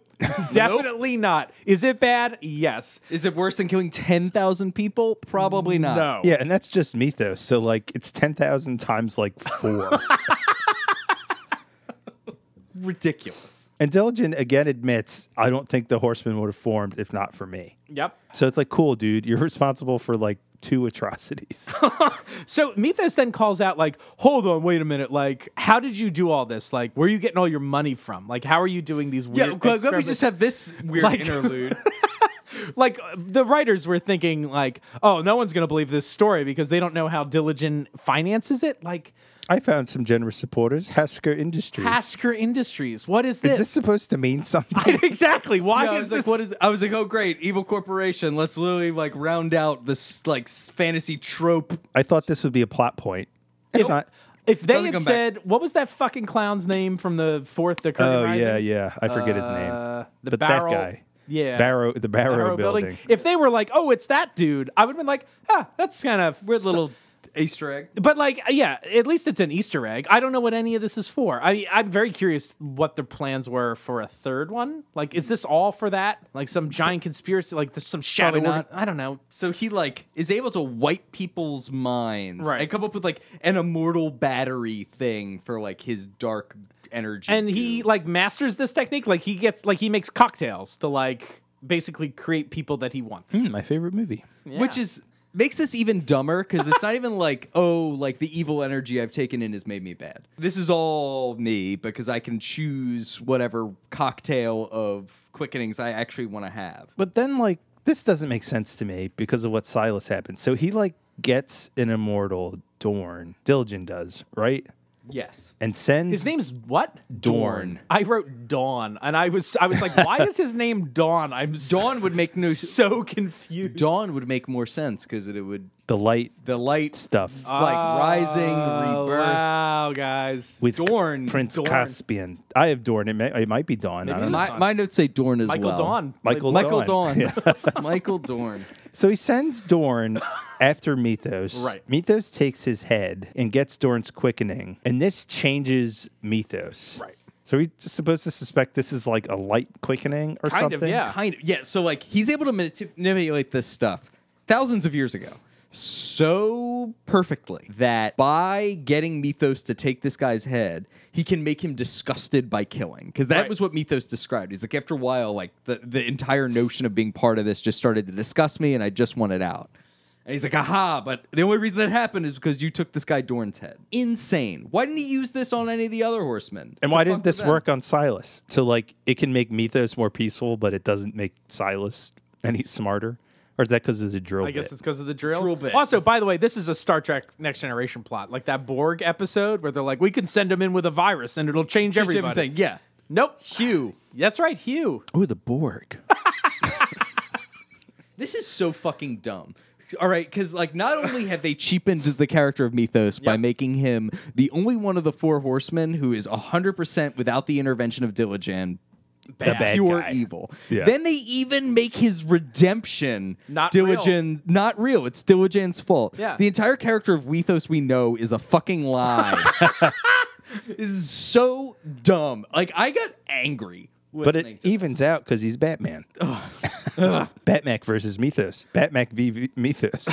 Speaker 2: Definitely not. Is it bad? Yes.
Speaker 3: Is it worse than killing 10,000 people? Probably not.
Speaker 2: No.
Speaker 4: Yeah, and that's just Mythos. So like it's ten thousand times like
Speaker 2: *laughs*
Speaker 4: four.
Speaker 3: Ridiculous.
Speaker 4: and Diligent again admits, I don't think the Horsemen would have formed if not for me.
Speaker 2: Yep.
Speaker 4: So it's like, cool, dude, you're responsible for like
Speaker 2: *laughs*
Speaker 4: two atrocities.
Speaker 2: So Mythos then calls out, like, hold on, wait a minute. Like, how did you do all this? Like, where are you getting all your money from? Like, how are you doing these weird
Speaker 3: Yeah, glad, glad we
Speaker 2: experiments?
Speaker 3: just have this weird
Speaker 2: Like-
Speaker 3: interlude.
Speaker 2: like uh, the writers were thinking like oh no one's going to believe this story because they don't know how diligent finances it like
Speaker 4: I found some generous supporters. Hasker Industries.
Speaker 2: Hasker Industries what is
Speaker 4: Is
Speaker 2: this, *laughs*
Speaker 4: this supposed to mean something?
Speaker 2: exactly why
Speaker 3: Yeah, I
Speaker 2: is
Speaker 3: was
Speaker 2: this
Speaker 3: like, what is? I was like, oh great, evil corporation. Let's literally like round out this like s- fantasy trope.
Speaker 4: *laughs* I thought this would be a plot point. It's not.
Speaker 2: if they
Speaker 3: Doesn't
Speaker 2: had
Speaker 3: come back.
Speaker 2: said what was that fucking clown's name from the fourth the Curtain
Speaker 4: Oh
Speaker 2: Rising?
Speaker 4: yeah, yeah. I forget his name.
Speaker 2: Uh, the
Speaker 4: but
Speaker 2: barrel
Speaker 4: that guy.
Speaker 2: yeah
Speaker 4: Barrow, the Barrow,
Speaker 2: Barrow
Speaker 4: building.
Speaker 2: if they were like oh it's that dude I would have been like ah that's kind of
Speaker 3: Weird little Easter egg.
Speaker 2: but like yeah at least it's an easter egg i don't know what any of this is for i i'm very curious what their plans were for a third one like is this all for that like some giant conspiracy like there's some shadow
Speaker 3: Probably
Speaker 2: org-
Speaker 3: not.
Speaker 2: i don't know
Speaker 3: So he like is able to wipe people's minds
Speaker 2: Right.
Speaker 3: and come up with like an immortal battery thing for like his dark energy.
Speaker 2: and he like masters this technique like he gets like he makes cocktails to like basically create people that he wants
Speaker 4: My favorite movie.
Speaker 3: which is makes this even dumber because it's not even *laughs* like oh like the evil energy i've taken in has made me bad this is all me because i can choose whatever cocktail of quickenings i actually want to have
Speaker 4: But then, like, this doesn't make sense to me because of what Silas happened. So he like gets an immortal Dorn. Diligent does right,
Speaker 3: yes
Speaker 4: and sends
Speaker 2: his name's what
Speaker 4: Dorn.
Speaker 2: i wrote dawn and i was i was like why is his name dawn i'm
Speaker 3: dawn would make
Speaker 2: *laughs*
Speaker 3: no
Speaker 2: so confused
Speaker 3: dawn would make more sense because it would
Speaker 4: the light
Speaker 3: the light
Speaker 4: stuff
Speaker 2: Uh,
Speaker 3: like rising
Speaker 2: Oh,
Speaker 3: rebirth
Speaker 2: Ah, wow guys
Speaker 4: with
Speaker 3: Dorn.
Speaker 4: Prince
Speaker 2: Dorn.
Speaker 4: Caspian. I have Dorn. It, may, it might be Dawn. I
Speaker 2: Maybe
Speaker 4: don't know.
Speaker 2: it is.
Speaker 3: my, my notes say dorn as
Speaker 2: michael
Speaker 3: well
Speaker 2: dawn
Speaker 4: Michael
Speaker 3: michael
Speaker 4: Dawn.
Speaker 3: dawn,
Speaker 2: *laughs*
Speaker 3: michael dorn
Speaker 4: So he sends Dorn after Mythos.
Speaker 2: Right.
Speaker 4: Mythos takes his head and gets Dorn's quickening, and this changes Mythos.
Speaker 2: Right.
Speaker 4: So he's supposed to suspect this is like a light quickening or
Speaker 2: Kind of,
Speaker 4: something.
Speaker 2: yeah.
Speaker 3: kind of yeah so like he's able to manip- manipulate this stuff thousands of years ago so perfectly that by getting mythos to take this guy's head he can make him disgusted by killing because that
Speaker 2: Right.
Speaker 3: was what mythos described he's like after a while like the, the entire notion of being part of this just started to disgust me and i just want it out and he's like aha but the only reason that happened is because you took this guy dorn's head insane why didn't he use this on any of the other horsemen
Speaker 4: And
Speaker 3: To
Speaker 4: why
Speaker 3: fuck
Speaker 4: didn't
Speaker 3: with
Speaker 4: this
Speaker 3: them?
Speaker 4: work on Silas? So like it can make Mythos more peaceful, but it doesn't make Silas any smarter. Or is that because of the drill?
Speaker 2: I guess
Speaker 4: bit?
Speaker 2: it's because of the drill.
Speaker 3: Drill bit.
Speaker 2: Also, by the way, this is a Star Trek Next Generation plot, like that Borg episode where they're like, "We can send him in with a virus and it'll change,
Speaker 3: Teach
Speaker 2: everybody."
Speaker 3: everything yeah
Speaker 2: Nope.
Speaker 3: hugh
Speaker 2: That's right, Hugh.
Speaker 4: oh the Borg.
Speaker 3: *laughs* This is so fucking dumb. All right, because like not only have they cheapened the character of Mythos by
Speaker 2: Yep.
Speaker 3: making him the only one of the four horsemen who is hundred percent without the intervention of Diligent,
Speaker 2: Bad.
Speaker 4: bad
Speaker 3: pure
Speaker 4: guy.
Speaker 3: evil.
Speaker 4: Yeah.
Speaker 3: Then they even make his redemption
Speaker 2: Not
Speaker 3: Diligent, not real. It's Diligent's fault.
Speaker 2: Yeah.
Speaker 3: the entire character of Mythos we know is a fucking
Speaker 4: *laughs*
Speaker 3: lie. this is so dumb. Like I got angry.
Speaker 4: but
Speaker 3: listening
Speaker 4: it
Speaker 3: to
Speaker 4: evens out because he's Batman. *laughs* Batman versus Mythos. Batman v, v- Mythos.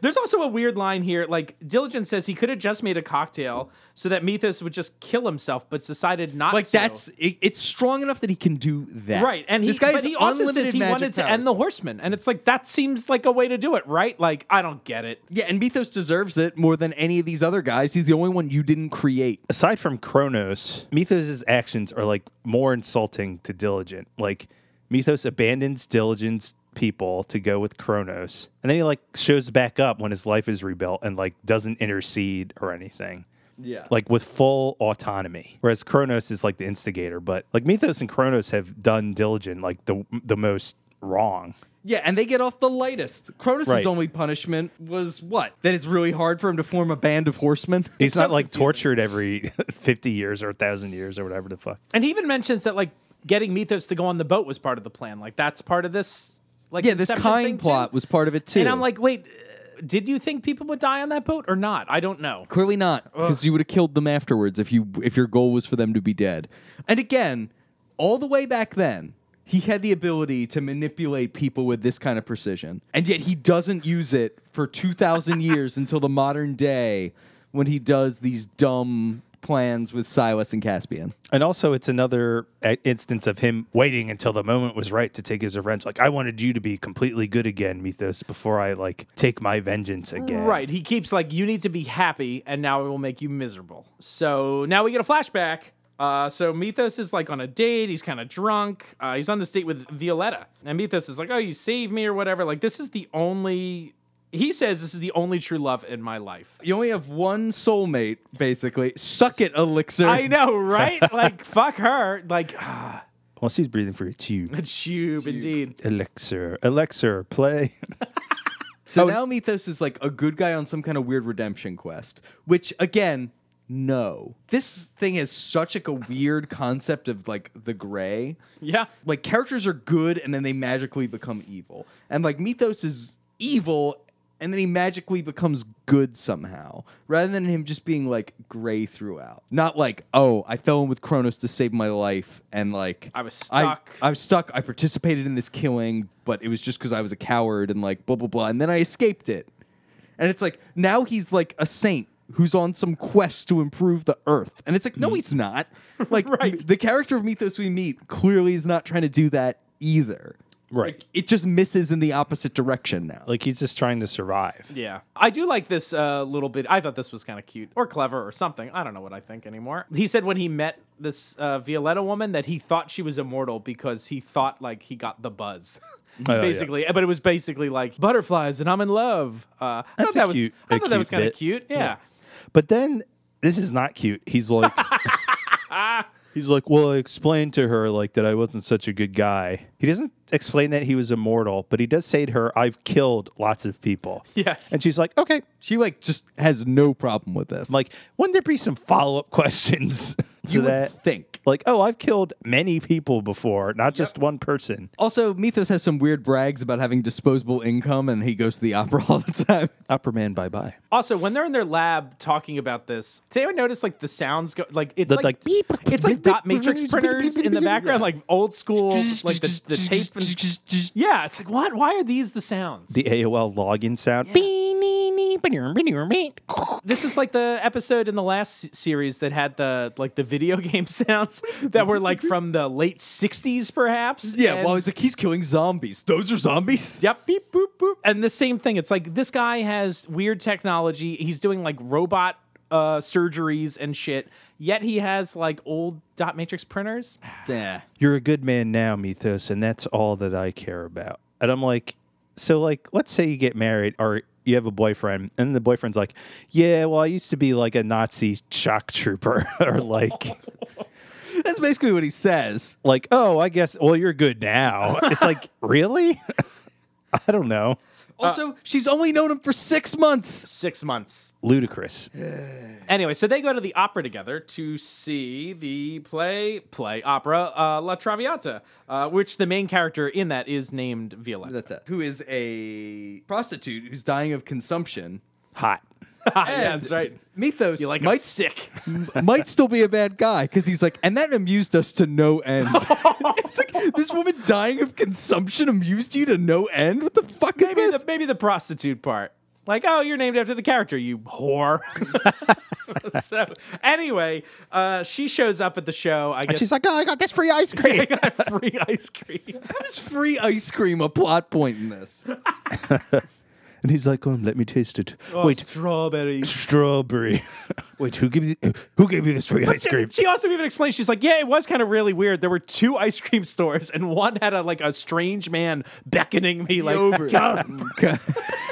Speaker 2: There's also a weird line here. Like Diligent says, he could have just made a cocktail so that Mythos would just kill himself, but decided not.
Speaker 3: Like
Speaker 2: to.
Speaker 3: that's it, it's strong enough that he can do that.
Speaker 2: Right, and he,
Speaker 3: this guy's
Speaker 2: but he also says
Speaker 3: unlimited
Speaker 2: he
Speaker 3: magic
Speaker 2: wanted to
Speaker 3: powers.
Speaker 2: end the Horseman, and it's like that seems like a way to do it, right? Like I don't get it.
Speaker 3: Yeah, and Mythos deserves it more than any of these other guys. He's the only one you didn't create.
Speaker 4: Aside from Kronos, Mythos' actions are like more insulting to Diligent. Like Mythos abandons Diligent's people to go with Kronos, and then he like shows back up when his life is rebuilt and like doesn't intercede or anything.
Speaker 3: Yeah.
Speaker 4: like with full autonomy. Whereas Kronos is like the instigator, but like Mythos and Kronos have done Diligent like the the most wrong.
Speaker 3: Yeah, and they get off the lightest. Cronus'
Speaker 4: Right.
Speaker 3: only punishment was what? That it's really hard for him to form a band of horsemen.
Speaker 4: He's not like tortured every *laughs* fifty years or thousand years or whatever the fuck.
Speaker 2: And he even mentions that like getting Mythos to go on the boat was part of the plan. Like that's part of this. Like
Speaker 3: Yeah, this
Speaker 2: Inception thing,
Speaker 3: kind
Speaker 2: too.
Speaker 3: plot was part of it too.
Speaker 2: And I'm like, wait, uh, did you think people would die on that boat or not? I don't know.
Speaker 3: clearly not, because you would have killed them afterwards if you if your goal was for them to be dead. And again, all the way back then, He had the ability to manipulate people with this kind of precision, and yet he doesn't use it for *laughs* 2,000 years until the modern day when he does these dumb plans with Silas and Caspian.
Speaker 4: And also, it's another uh, instance of him waiting until the moment was right to take his revenge. Like, I wanted you to be completely good again, Mythos, before I like take my vengeance again.
Speaker 2: Right. He keeps like, you need to be happy, and now it will make you miserable. So now we get a flashback. Uh, so Mythos is like on a date. He's kind of drunk. Uh, he's on this date with Violetta, and Mythos is like, "Oh, you saved me" or whatever. Like this is the only. He says this is the only true love in my life.
Speaker 3: You only have one soulmate, basically. Suck it, elixir.
Speaker 2: I know,
Speaker 3: *laughs*
Speaker 2: right? like fuck her. Like ah,
Speaker 4: Well, she's breathing for it's you.
Speaker 2: *laughs*
Speaker 4: *laughs*
Speaker 2: tube, indeed.
Speaker 4: Elixir, elixir, play. *laughs*
Speaker 3: So now Mythos is like a good guy on some kind of weird redemption quest, which again, no. This thing has such like a weird concept of like the gray.
Speaker 2: Yeah.
Speaker 3: Like characters are good and then they magically become evil. And like Mythos is evil and then he magically becomes good somehow, rather than him just being like gray throughout. Not like, oh, I fell in with Kronos to save my life and like
Speaker 2: I was stuck.
Speaker 3: I, am stuck. I participated in this killing, but it was just because I was a coward and like blah blah blah. And then I escaped it. And it's like now he's like a saint who's on some quest to improve the earth. And it's like, no,
Speaker 2: *laughs*
Speaker 3: he's not. Like
Speaker 2: Mm. Right.
Speaker 3: the character of Mythos we meet clearly is not trying to do that either.
Speaker 4: Right.
Speaker 3: Like, it just misses in the opposite direction now.
Speaker 4: Like he's just trying to survive.
Speaker 2: Yeah. I do like this uh, little bit. I thought this was kind of cute or clever or something. I don't know what I think anymore. He said when he met this uh, Violetta woman that he thought she was immortal because he thought like he got the buzz. *laughs*
Speaker 4: Oh, yeah.
Speaker 2: basically, eh, but it was basically like butterflies and I'm in love. Uh, I thought
Speaker 4: That's a
Speaker 2: that was
Speaker 4: cute-
Speaker 2: I
Speaker 4: a
Speaker 2: thought that was
Speaker 4: cute
Speaker 2: kind of
Speaker 4: bit.
Speaker 2: cute. Yeah.
Speaker 4: But then this is not cute.
Speaker 2: *laughs*
Speaker 4: He's like, he's like, well, I explained to her like that I wasn't such a good guy. He doesn't explain that he was immortal, but he does say to her, "I've killed lots of people."
Speaker 2: Yes.
Speaker 4: and she's like, "Okay."
Speaker 3: She like just has no problem with this.
Speaker 4: I'm like, wouldn't there be some follow up *laughs* questions to
Speaker 3: you would
Speaker 4: that?
Speaker 3: think.
Speaker 4: Like, oh, I've killed many people before, not just one person.
Speaker 3: Also, Mythos has some weird brags about having disposable income and he goes to the opera *laughs* all the time.
Speaker 4: Upper man, bye bye.
Speaker 2: Also, when they're in their lab talking about this, did anyone notice like the sounds go like it's
Speaker 4: The-
Speaker 2: like,
Speaker 4: like, beep,
Speaker 2: it's like dot matrix printers in the background, like old school, like the, the tape. And, yeah, it's like what? Why are these the sounds?
Speaker 4: The AOL login sound.
Speaker 2: this is like the episode in the last s- series that had the like the video *laughs* game sounds that were like from the late '60s, perhaps.
Speaker 3: Yeah,
Speaker 2: and,
Speaker 3: well, it's like he's killing zombies. Those are zombies.
Speaker 2: Yep, beep, boop, boop. And the same thing. It's like this guy has weird technology. He's doing like robot uh, surgeries and shit. Yet he has like old dot matrix printers.
Speaker 3: Yeah.
Speaker 4: you're a good man now, Mythos, and that's all that I care about. And I'm like, so like, let's say you get married or you have a boyfriend, and the boyfriend's like, yeah, well, I used to be like a Nazi shock trooper, *laughs* or like,
Speaker 3: That's basically what he says.
Speaker 4: like, oh, I guess, well, you're good now. *laughs* It's like, really? *laughs* I don't know.
Speaker 3: Also, she's only known him for six months.
Speaker 2: Six months.
Speaker 4: Ludicrous.
Speaker 2: Anyway, so they go to the opera together to see the play, play opera uh, La Traviata, uh, which the main character in that is named Violetta.
Speaker 3: That's it. Who is a prostitute who's dying of consumption.
Speaker 4: Hot.
Speaker 2: *laughs* yeah, that's right.
Speaker 3: Mythos
Speaker 2: You like
Speaker 3: might,
Speaker 2: might
Speaker 4: *laughs*
Speaker 2: stick. *laughs*
Speaker 3: might still be a bad guy because he's like, and that amused us to no end. it's like, this woman dying of consumption amused you to no end? What the fuck
Speaker 2: Maybe
Speaker 3: is
Speaker 2: the,
Speaker 3: this?
Speaker 2: maybe the prostitute part. Like, oh, you're named after the character, you whore. *laughs* so, anyway, uh, she shows up at the show. I guess
Speaker 4: She's like, oh, I got this free ice cream.
Speaker 2: *laughs* free ice cream.
Speaker 3: How is free ice cream a plot point in this?
Speaker 4: *laughs* And he's like, um, let me taste it. Wait,
Speaker 2: strawberry.
Speaker 4: strawberry. *laughs* Wait, who gave you who gave you this free *laughs* ice cream?
Speaker 2: She also even explains. She's like, "Yeah, it was kind of really weird. There were two ice cream stores, and one had a like a strange man beckoning me, like,
Speaker 3: *laughs*
Speaker 2: "Come."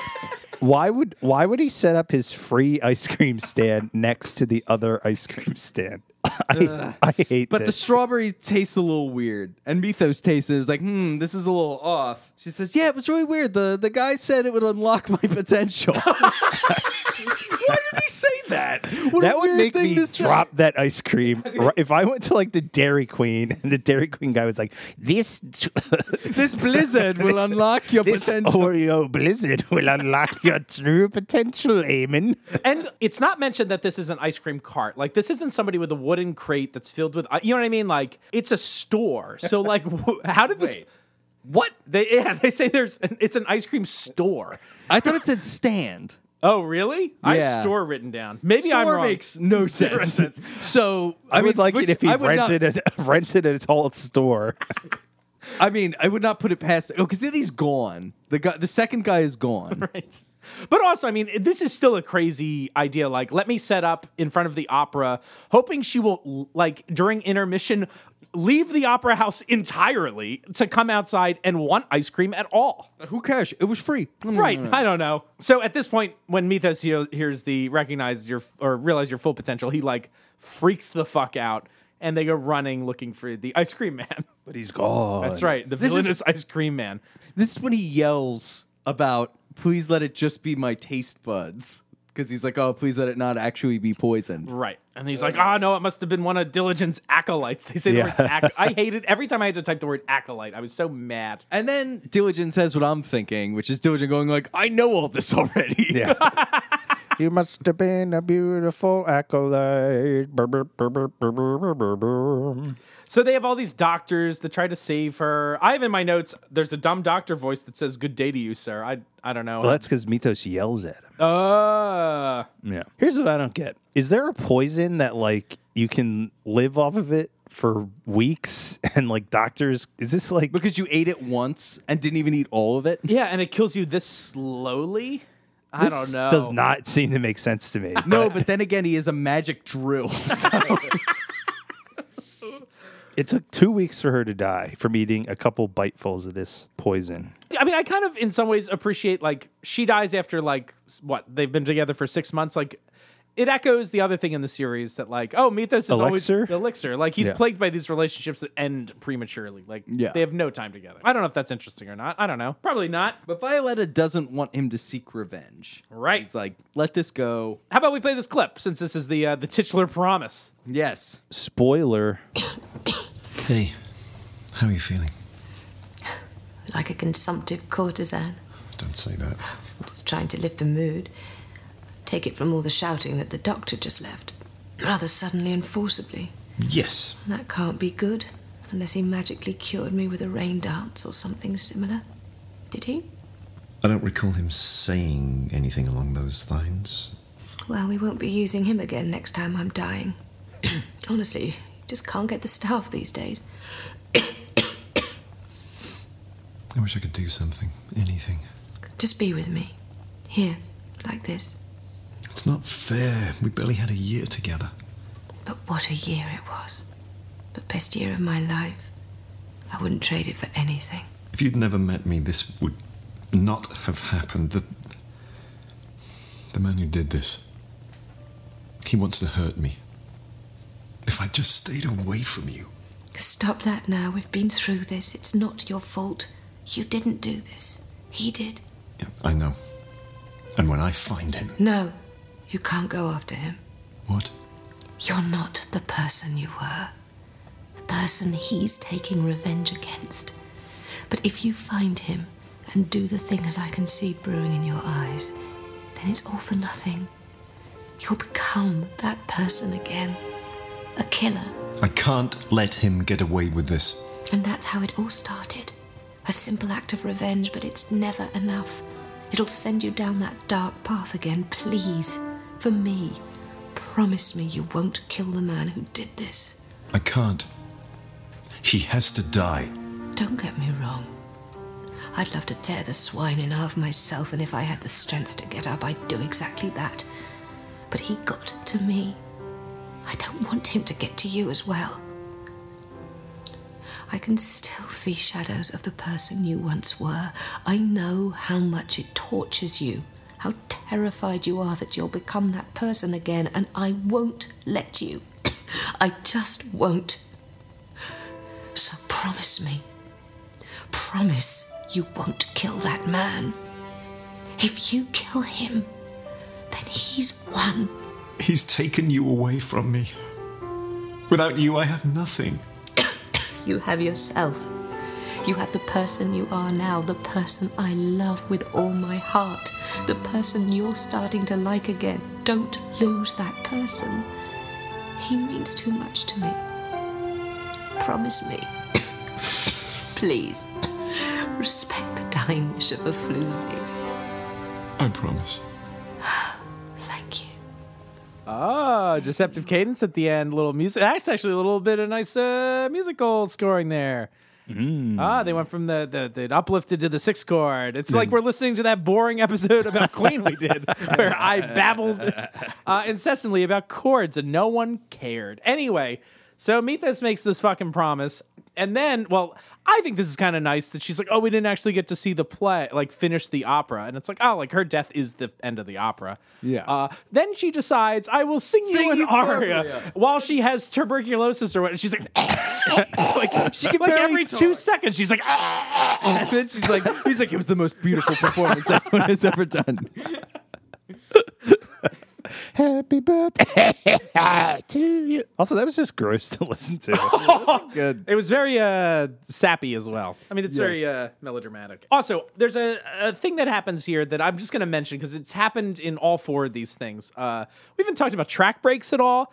Speaker 4: *laughs* Why would why would he set up his free ice cream stand *laughs* next to the other ice cream stand? *laughs* I, I hate
Speaker 3: But the
Speaker 4: this.
Speaker 3: strawberry tastes a little weird, and Mythos tastes it. It's like, hmm, this is a little off. She says, *laughs* "Yeah, it was really weird. the The guy said it would unlock my potential." Why would he say that? What a
Speaker 4: that would
Speaker 3: weird
Speaker 4: make
Speaker 3: thing
Speaker 4: me
Speaker 3: to say.
Speaker 4: drop that ice *laughs* cream. Ri- if I went to like the Dairy Queen and the Dairy Queen guy was like, "This, t-
Speaker 3: This blizzard
Speaker 4: *laughs*
Speaker 3: will unlock your
Speaker 4: this
Speaker 3: potential.
Speaker 4: Oreo Blizzard *laughs* will unlock your true potential, Eamon."
Speaker 2: And it's not mentioned that this is an ice cream cart. Like this isn't somebody with a wooden crate that's filled with. uh, You know what I mean? Like it's a store. *laughs* So like, wh- how did this?
Speaker 3: What?
Speaker 2: They yeah. *laughs* They say there's. An, it's an ice cream store.
Speaker 3: I thought it said stand.
Speaker 2: Oh really? I
Speaker 3: Yeah.
Speaker 2: have store written down. Maybe
Speaker 3: Store
Speaker 2: I'm wrong.
Speaker 3: makes
Speaker 4: *laughs*
Speaker 3: no sense.
Speaker 2: sense.
Speaker 3: So
Speaker 4: I, would
Speaker 3: mean,
Speaker 4: like
Speaker 3: which-
Speaker 4: it if he
Speaker 3: I would not-
Speaker 4: rented a, *laughs* rented a whole store.
Speaker 3: I mean, I would not put it past. Oh, because then he's gone. The guy, the second guy is gone.
Speaker 2: *laughs* Right. But also, I mean, this is still a crazy idea. Like, let me set up in front of the opera, hoping she will, like, during intermission, leave the opera house entirely to come outside and want ice cream at all.
Speaker 3: Who cares? It was free. No, no,
Speaker 2: Right.
Speaker 4: Hmm.
Speaker 3: no, no.
Speaker 2: I don't know. So at this point, when Mythos he- hears the recognize your or realize your full potential, he like freaks the fuck out and they go running looking for the ice cream man.
Speaker 4: *laughs* But he's gone.
Speaker 2: That's right. The
Speaker 3: This is-
Speaker 2: villainous ice cream man.
Speaker 3: This is when he yells about, please let it just be my taste buds. Because he's like, oh, please let it not actually be poisoned.
Speaker 2: Right. And he's like, oh, no, it must have been one of Diligent's acolytes. They say
Speaker 4: Uh. Yeah.
Speaker 2: the word ac- I hated every time I had to type the word acolyte. I was so mad.
Speaker 3: And then Diligent says what I'm thinking, which is Diligent going like, I know all this *laughs* already.
Speaker 4: Yeah. *laughs* You must have been a beautiful acolyte. Brr, brr, brr, brr, brr, brr, brr, brr.
Speaker 2: So they have all these doctors that try to save her. I have in my notes, there's a dumb doctor voice that says, good day to you, sir. I, I don't know.
Speaker 4: Well, that's because Mythos yells at him.
Speaker 2: uh,
Speaker 4: Oh. Yeah. Here's what I don't get: Is there a poison that like you can live off of it for weeks, *laughs* and like doctors? Is this like
Speaker 3: Because you ate it once and didn't even eat all of it.
Speaker 2: yeah, and it kills you this slowly? I
Speaker 4: this
Speaker 2: don't know.
Speaker 4: Does not seem to make sense to me.
Speaker 3: No, but then again, he is a magic drill. *laughs* So
Speaker 4: It took two weeks for her to die from eating a couple bitefuls of this poison.
Speaker 2: I mean, I kind of, in some ways, appreciate like she dies after like s- what they've been together for six months. Like, it echoes the other thing in the series that like, oh, Mythos is
Speaker 4: Elixir?
Speaker 2: always elixir. Like he's
Speaker 4: Yeah.
Speaker 2: plagued by these relationships that end prematurely. Like
Speaker 3: Yeah.
Speaker 2: they have no time together. I don't know if that's interesting or not. I don't know. Probably not.
Speaker 3: but Violetta doesn't want him to seek revenge.
Speaker 2: Right.
Speaker 3: He's like, let this go.
Speaker 2: How about we play this clip since this is the uh, the titular promise? *laughs*
Speaker 3: Yes.
Speaker 4: Spoiler.
Speaker 6: Hey, how are you feeling?
Speaker 9: like a consumptive courtesan,
Speaker 6: Don't say that.
Speaker 9: just trying to lift the mood. Take it from all the shouting that the doctor just left, rather suddenly and forcibly.
Speaker 6: Yes.
Speaker 9: That can't be good, unless he magically cured me with a rain dance or something similar. Did he?
Speaker 6: I don't recall him saying anything along those lines.
Speaker 9: Well, we won't be using him again next time I'm dying. *clears throat* Honestly, you just can't get the staff these days.
Speaker 6: I wish I could do something, anything.
Speaker 9: Just be with me. Here, like this.
Speaker 6: It's not fair. We barely had a year together.
Speaker 9: But what a year it was. The best year of my life. I wouldn't trade it for anything.
Speaker 6: If you'd never met me, this would not have happened. The, the man who did this, he wants to hurt me. If I just stayed away from you,
Speaker 9: Stop that now. We've been through this. It's not your fault. You didn't do this. He did.
Speaker 6: Yeah, I know. And when I find him,
Speaker 9: No, you can't go after him.
Speaker 6: what?
Speaker 9: You're not the person you were. The person he's taking revenge against. But if you find him and do the things I can see brewing in your eyes, then it's all for nothing. You'll become that person again. A killer.
Speaker 6: I can't let him get away with this.
Speaker 9: And that's how it all started. A simple act of revenge, but it's never enough. It'll send you down that dark path again, please. For me. Promise me you won't kill the man who did this.
Speaker 6: I can't. He has to die.
Speaker 9: Don't get me wrong. I'd love to tear the swine in half myself, and if I had the strength to get up, I'd do exactly that. But he got to me. I don't want him to get to you as well. I can still see shadows of the person you once were. I know how much it tortures you, how terrified you are that you'll become that person again, and I won't let you. *coughs* I just won't. So promise me. Promise you won't kill that man. If you kill him, then he's won. *coughs*
Speaker 6: He's taken you away from me. Without you, I have nothing.
Speaker 9: You have yourself. You have the person you are now, the person I love with all my heart, the person you're starting to like again. Don't lose that person. He means too much to me. Promise me. *coughs* Please. *coughs* Respect the dying wish of a floozy.
Speaker 6: I promise.
Speaker 9: Thank you.
Speaker 2: Oh, deceptive cadence at the end, little music. That's actually a little bit of nice uh, musical scoring there.
Speaker 3: Hmm.
Speaker 2: Ah, they went from the, the the uplifted to the sixth chord. It's like we're listening to that boring episode about Queen we
Speaker 3: *laughs*
Speaker 2: did, where I babbled uh, incessantly about chords and no one cared. Anyway, so Mythos makes this fucking promise, and then, well, I think this is kind of nice that she's like, "Oh, we didn't actually get to see the play, like finish the opera," and it's like, "Oh, like her death is the end of the opera."
Speaker 3: Yeah.
Speaker 2: Uh, then she decides, "I will sing,
Speaker 3: Sing
Speaker 2: you an
Speaker 3: you
Speaker 2: aria."
Speaker 3: Gloria.
Speaker 2: while she has tuberculosis or what. She's like, *laughs* like she can like
Speaker 3: barely
Speaker 2: every
Speaker 3: talk.
Speaker 2: two seconds. She's like, "Ah."
Speaker 3: And then she's like, he's like, it was the most beautiful performance *laughs* anyone has ever done.
Speaker 5: Happy
Speaker 4: *laughs*
Speaker 5: birthday to you.
Speaker 4: Also, that was just gross *laughs* to listen to.
Speaker 2: *laughs*
Speaker 3: Good.
Speaker 2: it was very uh, sappy as well. I mean, it's very uh, melodramatic. Also, there's a, a thing that happens here that I'm just going to mention because it's happened in all four of these things. Uh, we haven't talked about track breaks at all.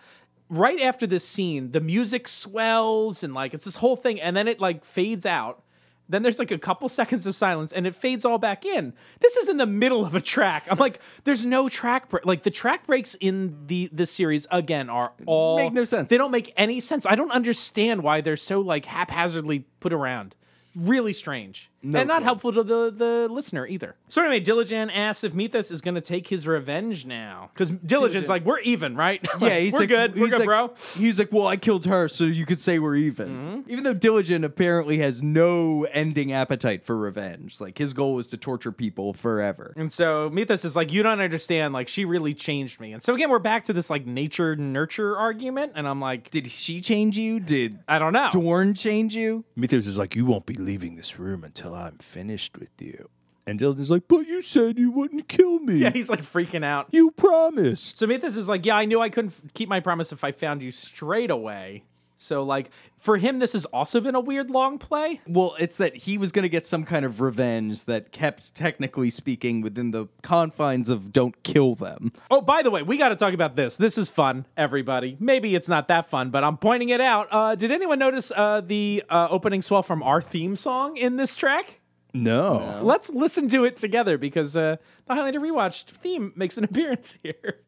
Speaker 2: Right after this scene, the music swells and like it's this whole thing, and then it like fades out. Then there's like a couple *laughs* seconds of silence and it fades all back in. This is in the middle of a track. I'm like, there's no track break. Like the track breaks in the this series again are all
Speaker 3: Make no sense.
Speaker 2: They don't make any sense. I don't understand why they're so like haphazardly put around. Really strange. and not helpful to the, the listener either. So anyway, Diligent asks if Mythos is gonna take his revenge now. Because Diligent's like, we're even, right? *laughs* Like,
Speaker 3: Yeah, he's
Speaker 2: we're
Speaker 3: like,
Speaker 2: good. We're
Speaker 3: he's
Speaker 2: good,
Speaker 3: like-
Speaker 2: bro. Mm-hmm.
Speaker 3: He's like, well, I killed her, so you could say we're even. Even though Diligent apparently has no ending appetite for revenge, like his goal was to torture people forever.
Speaker 2: And so Mythos is like, you don't understand. Like, she really changed me. And so again, we're back to this like nature nurture argument. And I'm like,
Speaker 3: Did she change you? Did
Speaker 2: I don't know.
Speaker 3: Dorn change you?
Speaker 4: Mithos is like, You won't be leaving this room until I'm finished with you. And Diligent's like, But you said you wouldn't kill me.
Speaker 2: yeah, *laughs* he's like freaking out. *laughs*
Speaker 4: you promised.
Speaker 2: So Mythos is like, yeah, I knew I couldn't f- keep my promise if I found you straight away. So like for him, this has also been a weird long play.
Speaker 3: Well, it's that he was going to get some kind of revenge that kept, technically speaking, within the confines of don't kill them.
Speaker 2: Oh, by the way, we got to talk about this. This is fun, everybody. Maybe it's not that fun, but I'm pointing it out. Uh, did anyone notice uh, the uh, opening swell from our theme song in this track?
Speaker 4: No.
Speaker 2: Let's listen to it together because uh, the Highlander rewatched theme makes an *laughs* appearance here.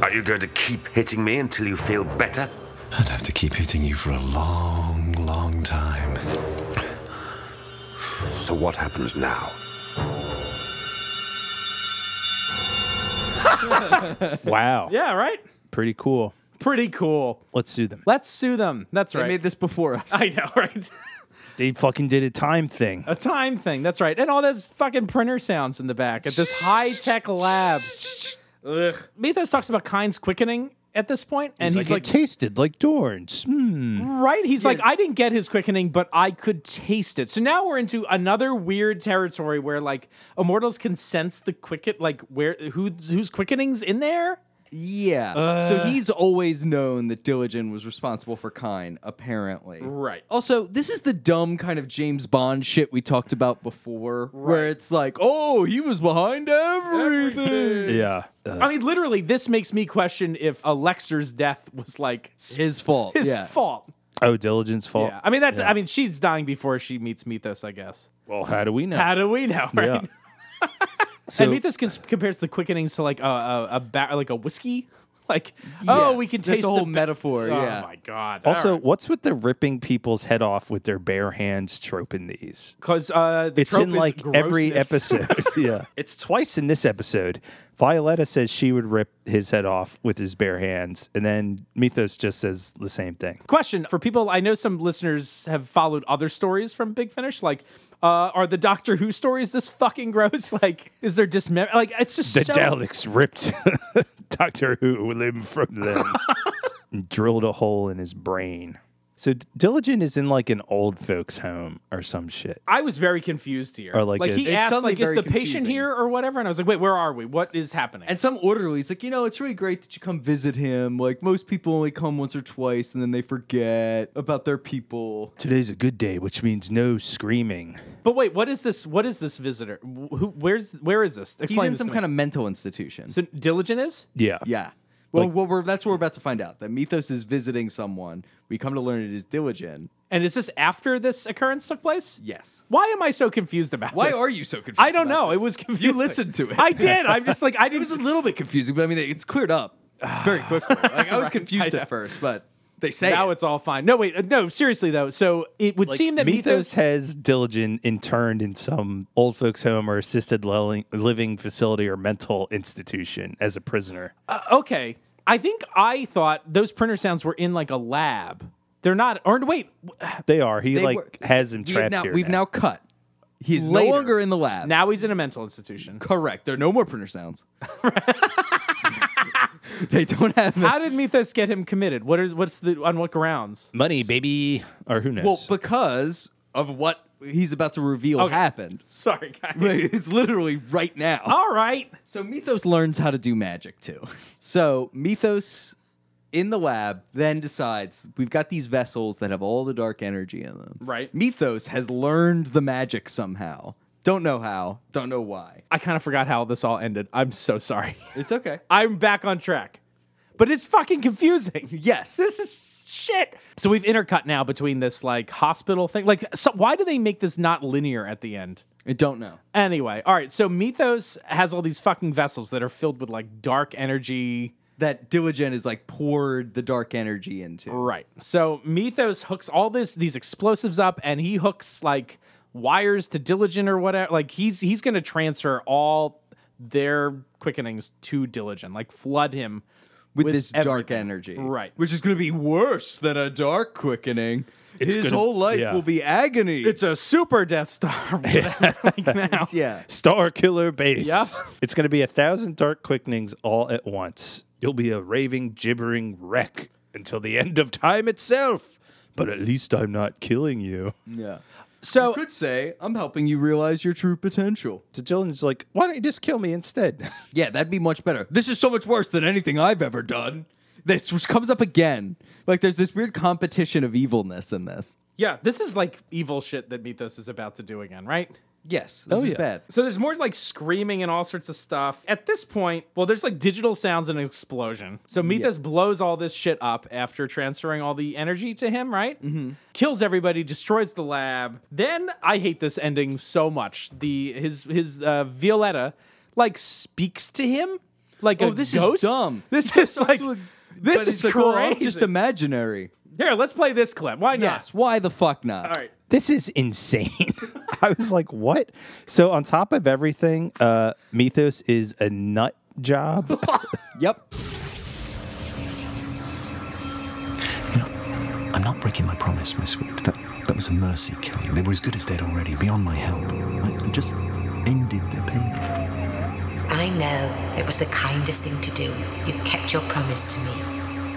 Speaker 1: Are you going to keep hitting me until you feel better?
Speaker 6: I'd have to keep hitting you for a long, long time.
Speaker 1: So what happens now?
Speaker 4: Wow.
Speaker 2: Yeah, right?
Speaker 4: Pretty cool.
Speaker 2: Pretty cool.
Speaker 4: Let's sue them.
Speaker 2: Let's sue them. That's
Speaker 3: They
Speaker 2: right.
Speaker 3: made this before us.
Speaker 2: *laughs* I know, right?
Speaker 4: They fucking did a time thing.
Speaker 2: A time thing. That's right. And all those fucking printer sounds in the back at this high tech lab. Ugh. Mythos talks about Kind's quickening at this point, and he's, Mm.
Speaker 4: it tasted like Dorns.
Speaker 2: like, right? He's like, I didn't get his quickening, but I could taste it. So now we're into another weird territory where like immortals can sense the quicken, like where who whose quickening's in there.
Speaker 3: Yeah. so
Speaker 2: Uh,
Speaker 3: he's always known that Diligent was responsible for Kine, apparently.
Speaker 2: Right.
Speaker 3: Also, this is the dumb kind of James Bond shit we talked about before, where it's like, oh, he was behind everything.
Speaker 4: Yeah. Uh,
Speaker 2: I mean, literally, this makes me question if Alexer's death was like his
Speaker 3: His fault. yeah.
Speaker 2: fault.
Speaker 4: oh, Diligent's fault.
Speaker 2: Yeah. I mean that. I mean, she's dying before she meets Mythos, I guess.
Speaker 4: well, how do we know?
Speaker 2: How do we know? Right? *laughs*
Speaker 4: Yeah. so,
Speaker 2: and Mythos cons- compares the quickenings to like a a, a ba- like a whiskey. *laughs* Like, oh,
Speaker 3: Yeah.
Speaker 2: we can
Speaker 3: That's
Speaker 2: taste
Speaker 3: a whole
Speaker 2: the ba-
Speaker 3: metaphor. yeah.
Speaker 2: Oh my god.
Speaker 4: also, what's with the ripping people's head off with their bare hands trope in these?
Speaker 2: because uh, the
Speaker 4: It's
Speaker 2: trope
Speaker 4: in
Speaker 2: is
Speaker 4: like every
Speaker 2: grossness.
Speaker 4: episode. yeah. It's twice in this episode. Violetta says she would rip his head off with his bare hands. And then Mythos just says the same thing.
Speaker 2: *laughs* Question for people: I know some listeners have followed other stories from Big Finish, like. Uh, are the Doctor Who stories this fucking gross? *laughs* Like, is there dismember? Like, it's just
Speaker 4: The
Speaker 2: so
Speaker 4: Daleks ripped *laughs*
Speaker 2: *laughs*
Speaker 4: Doctor Who limb from them and drilled a hole in his brain. So D- Diligent is in like an old folks' home or some shit.
Speaker 2: I was very confused here.
Speaker 4: Or like a-
Speaker 2: he
Speaker 4: It's
Speaker 2: asked,
Speaker 3: suddenly
Speaker 2: like, is
Speaker 3: very
Speaker 2: the patient
Speaker 3: confusing.
Speaker 2: here or whatever? And I was like, wait, where are we? What is happening?
Speaker 3: And some orderly's like, you know, it's really great that you come visit him. Like most people only come once or twice, and then they forget about their people.
Speaker 4: Today's a good day, which means no screaming.
Speaker 2: but wait, what is this? What is this visitor? Wh- Who? Where's? Where is this?
Speaker 3: He's
Speaker 2: Explain
Speaker 3: in
Speaker 2: this
Speaker 3: some
Speaker 2: to me.
Speaker 3: kind of mental institution.
Speaker 2: So diligent is.
Speaker 4: Yeah.
Speaker 3: yeah. Well, well, we're, that's what we're about to find out. That Mythos is visiting someone. We come to learn it is Diligent.
Speaker 2: And is this after this occurrence took place?
Speaker 3: Yes.
Speaker 2: Why am I so confused about?
Speaker 3: Why
Speaker 2: this?
Speaker 3: are you so confused?
Speaker 2: I don't
Speaker 3: about
Speaker 2: know.
Speaker 3: this?
Speaker 2: It was confusing.
Speaker 3: You listened to it. *laughs*
Speaker 2: I did. I'm just like I
Speaker 3: it
Speaker 2: didn't.
Speaker 3: was a little bit confusing, but I mean, it's cleared up
Speaker 2: Ah.
Speaker 3: very quickly.
Speaker 2: *laughs*
Speaker 3: Like I was confused
Speaker 2: I know.
Speaker 3: at first, but they say
Speaker 2: now
Speaker 3: it.
Speaker 2: it's all fine. No, wait. uh, No, seriously though. So it would seem that
Speaker 4: Mythos,
Speaker 2: Mythos,
Speaker 4: has Diligent interned in some old folks' home or assisted lel- living facility or mental institution as a prisoner.
Speaker 2: Uh, okay. I think I thought those printer sounds were in like a lab. They're not. Or wait.
Speaker 4: They are. He
Speaker 3: They
Speaker 4: like
Speaker 3: were-
Speaker 4: has him
Speaker 3: we've
Speaker 4: trapped
Speaker 3: now,
Speaker 4: here.
Speaker 3: We've now cut. He's no
Speaker 2: Later.
Speaker 3: longer in the lab.
Speaker 2: Now he's in a mental institution.
Speaker 3: Correct. There are no more
Speaker 2: *laughs*
Speaker 3: printer sounds. *laughs* they don't have.
Speaker 2: How did Mythos get him committed? What is what's the on what grounds? *laughs*
Speaker 4: money, baby, or who knows?
Speaker 3: Well, because of what he's about to reveal
Speaker 2: Okay.
Speaker 3: happened.
Speaker 2: Sorry, guys.
Speaker 3: Like, It's literally right now.
Speaker 2: All right.
Speaker 3: So Mythos learns how to do magic too. So Mythos in the lab then decides we've got these vessels that have all the dark energy in them.
Speaker 2: Right.
Speaker 3: Mythos has learned the magic somehow. Don't know how, don't know why.
Speaker 2: I kind of forgot how this all ended. I'm so sorry.
Speaker 3: It's okay.
Speaker 2: I'm back on track. But it's fucking confusing. *laughs*
Speaker 3: Yes.
Speaker 2: This is shit. So we've intercut now between this like hospital thing. Like so why do they make this not linear at the end?
Speaker 3: I don't know.
Speaker 2: Anyway, all right. So Mythos has all these fucking vessels that are filled with like dark energy.
Speaker 3: That Diligent is like poured the dark energy into.
Speaker 2: Right. So Mythos hooks all this these explosives up and he hooks like wires to Diligent or whatever. Like he's he's going to transfer all their quickenings to Diligent. Like flood him
Speaker 3: with, this dark
Speaker 2: everything.
Speaker 3: energy.
Speaker 2: Right.
Speaker 3: Which is going to be worse than a dark quickening. His
Speaker 4: gonna-
Speaker 3: whole life
Speaker 4: yeah.
Speaker 3: will be agony.
Speaker 2: It's a super Death Star. *laughs* whatever, like now.
Speaker 3: *laughs* yeah.
Speaker 4: Star Killer Base.
Speaker 2: Yeah.
Speaker 4: It's going to be a thousand dark quickenings all at once. You'll be a raving, gibbering wreck until the end of time itself. But at least I'm not killing you.
Speaker 3: Yeah.
Speaker 2: So
Speaker 3: Could say, I'm helping you realize your true potential.
Speaker 4: So Dylan's like, why don't you just kill me instead?
Speaker 3: Yeah, that'd be much better. This is so much worse than anything I've ever done. This which comes up again. Like there's this weird competition of evilness in this.
Speaker 2: yeah, this is like evil shit that Mythos is about to do again, right?
Speaker 3: Yes, Oh, this is
Speaker 4: yeah.
Speaker 3: bad.
Speaker 2: So there's more like screaming and all sorts of stuff. At this point, well, there's like digital sounds and an explosion. So Mythos blows all this shit up after transferring all the energy to him, right? Mm-hmm. Kills everybody, destroys the lab. Then I hate this ending so much. The his his uh, Violetta like speaks to him like
Speaker 3: Oh,
Speaker 2: a
Speaker 3: this is
Speaker 2: ghost.
Speaker 3: dumb. *laughs*
Speaker 2: This
Speaker 3: He
Speaker 2: is
Speaker 3: talks
Speaker 2: like
Speaker 3: to a-
Speaker 2: this is
Speaker 3: but it's like, well, I'm
Speaker 2: crazy.
Speaker 3: just imaginary.
Speaker 2: Here, let's play this clip. Why not?
Speaker 3: Yes, why the fuck not?
Speaker 2: All right.
Speaker 4: this is insane. *laughs* I was like, what? So on top of everything, uh, Mythos is a nut
Speaker 3: *laughs*
Speaker 4: job.
Speaker 3: Yep.
Speaker 6: You know, I'm not breaking my promise, my sweet. That that was a mercy killing. They were as good as dead already, beyond my help. I just ended their pain.
Speaker 9: I know it was the kindest thing to do. You kept your promise to me.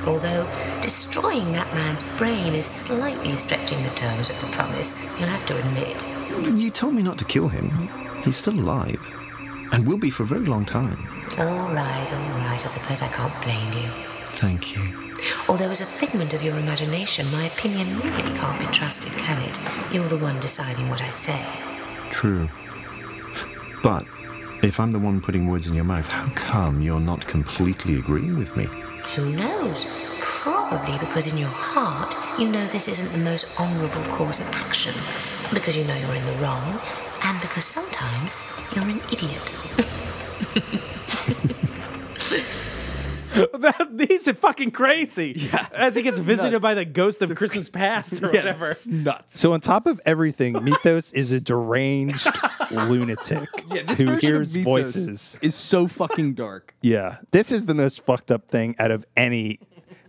Speaker 9: Although destroying that man's brain is slightly stretching the terms of the promise, you'll have to admit.
Speaker 6: You told me not to kill him. He's still alive, and will be for a very long time.
Speaker 9: All right, all right, I suppose I can't blame you.
Speaker 6: Thank you.
Speaker 9: Although, as a figment of your imagination, my opinion really can't be trusted, can it? You're the one deciding what I say.
Speaker 6: True. But if I'm the one putting words in your mouth, how come you're not completely agreeing with me?
Speaker 9: Who knows? Probably because in your heart you know this isn't the most honourable course of action, because you know you're in the wrong, and because sometimes you're an idiot.
Speaker 2: *laughs* That, these are fucking crazy. Yeah, As he
Speaker 3: this
Speaker 2: gets
Speaker 3: is
Speaker 2: visited
Speaker 3: nuts.
Speaker 2: by the ghost of Christmas past
Speaker 3: *laughs*
Speaker 2: or
Speaker 3: Yeah,
Speaker 2: whatever.
Speaker 3: this is nuts.
Speaker 4: so on top of everything, Mythos is a deranged
Speaker 3: *laughs*
Speaker 4: lunatic who
Speaker 3: version of
Speaker 4: hears
Speaker 3: Mythos
Speaker 4: voices.
Speaker 3: is so fucking *laughs* dark.
Speaker 4: Yeah. This is the most fucked up thing out of any.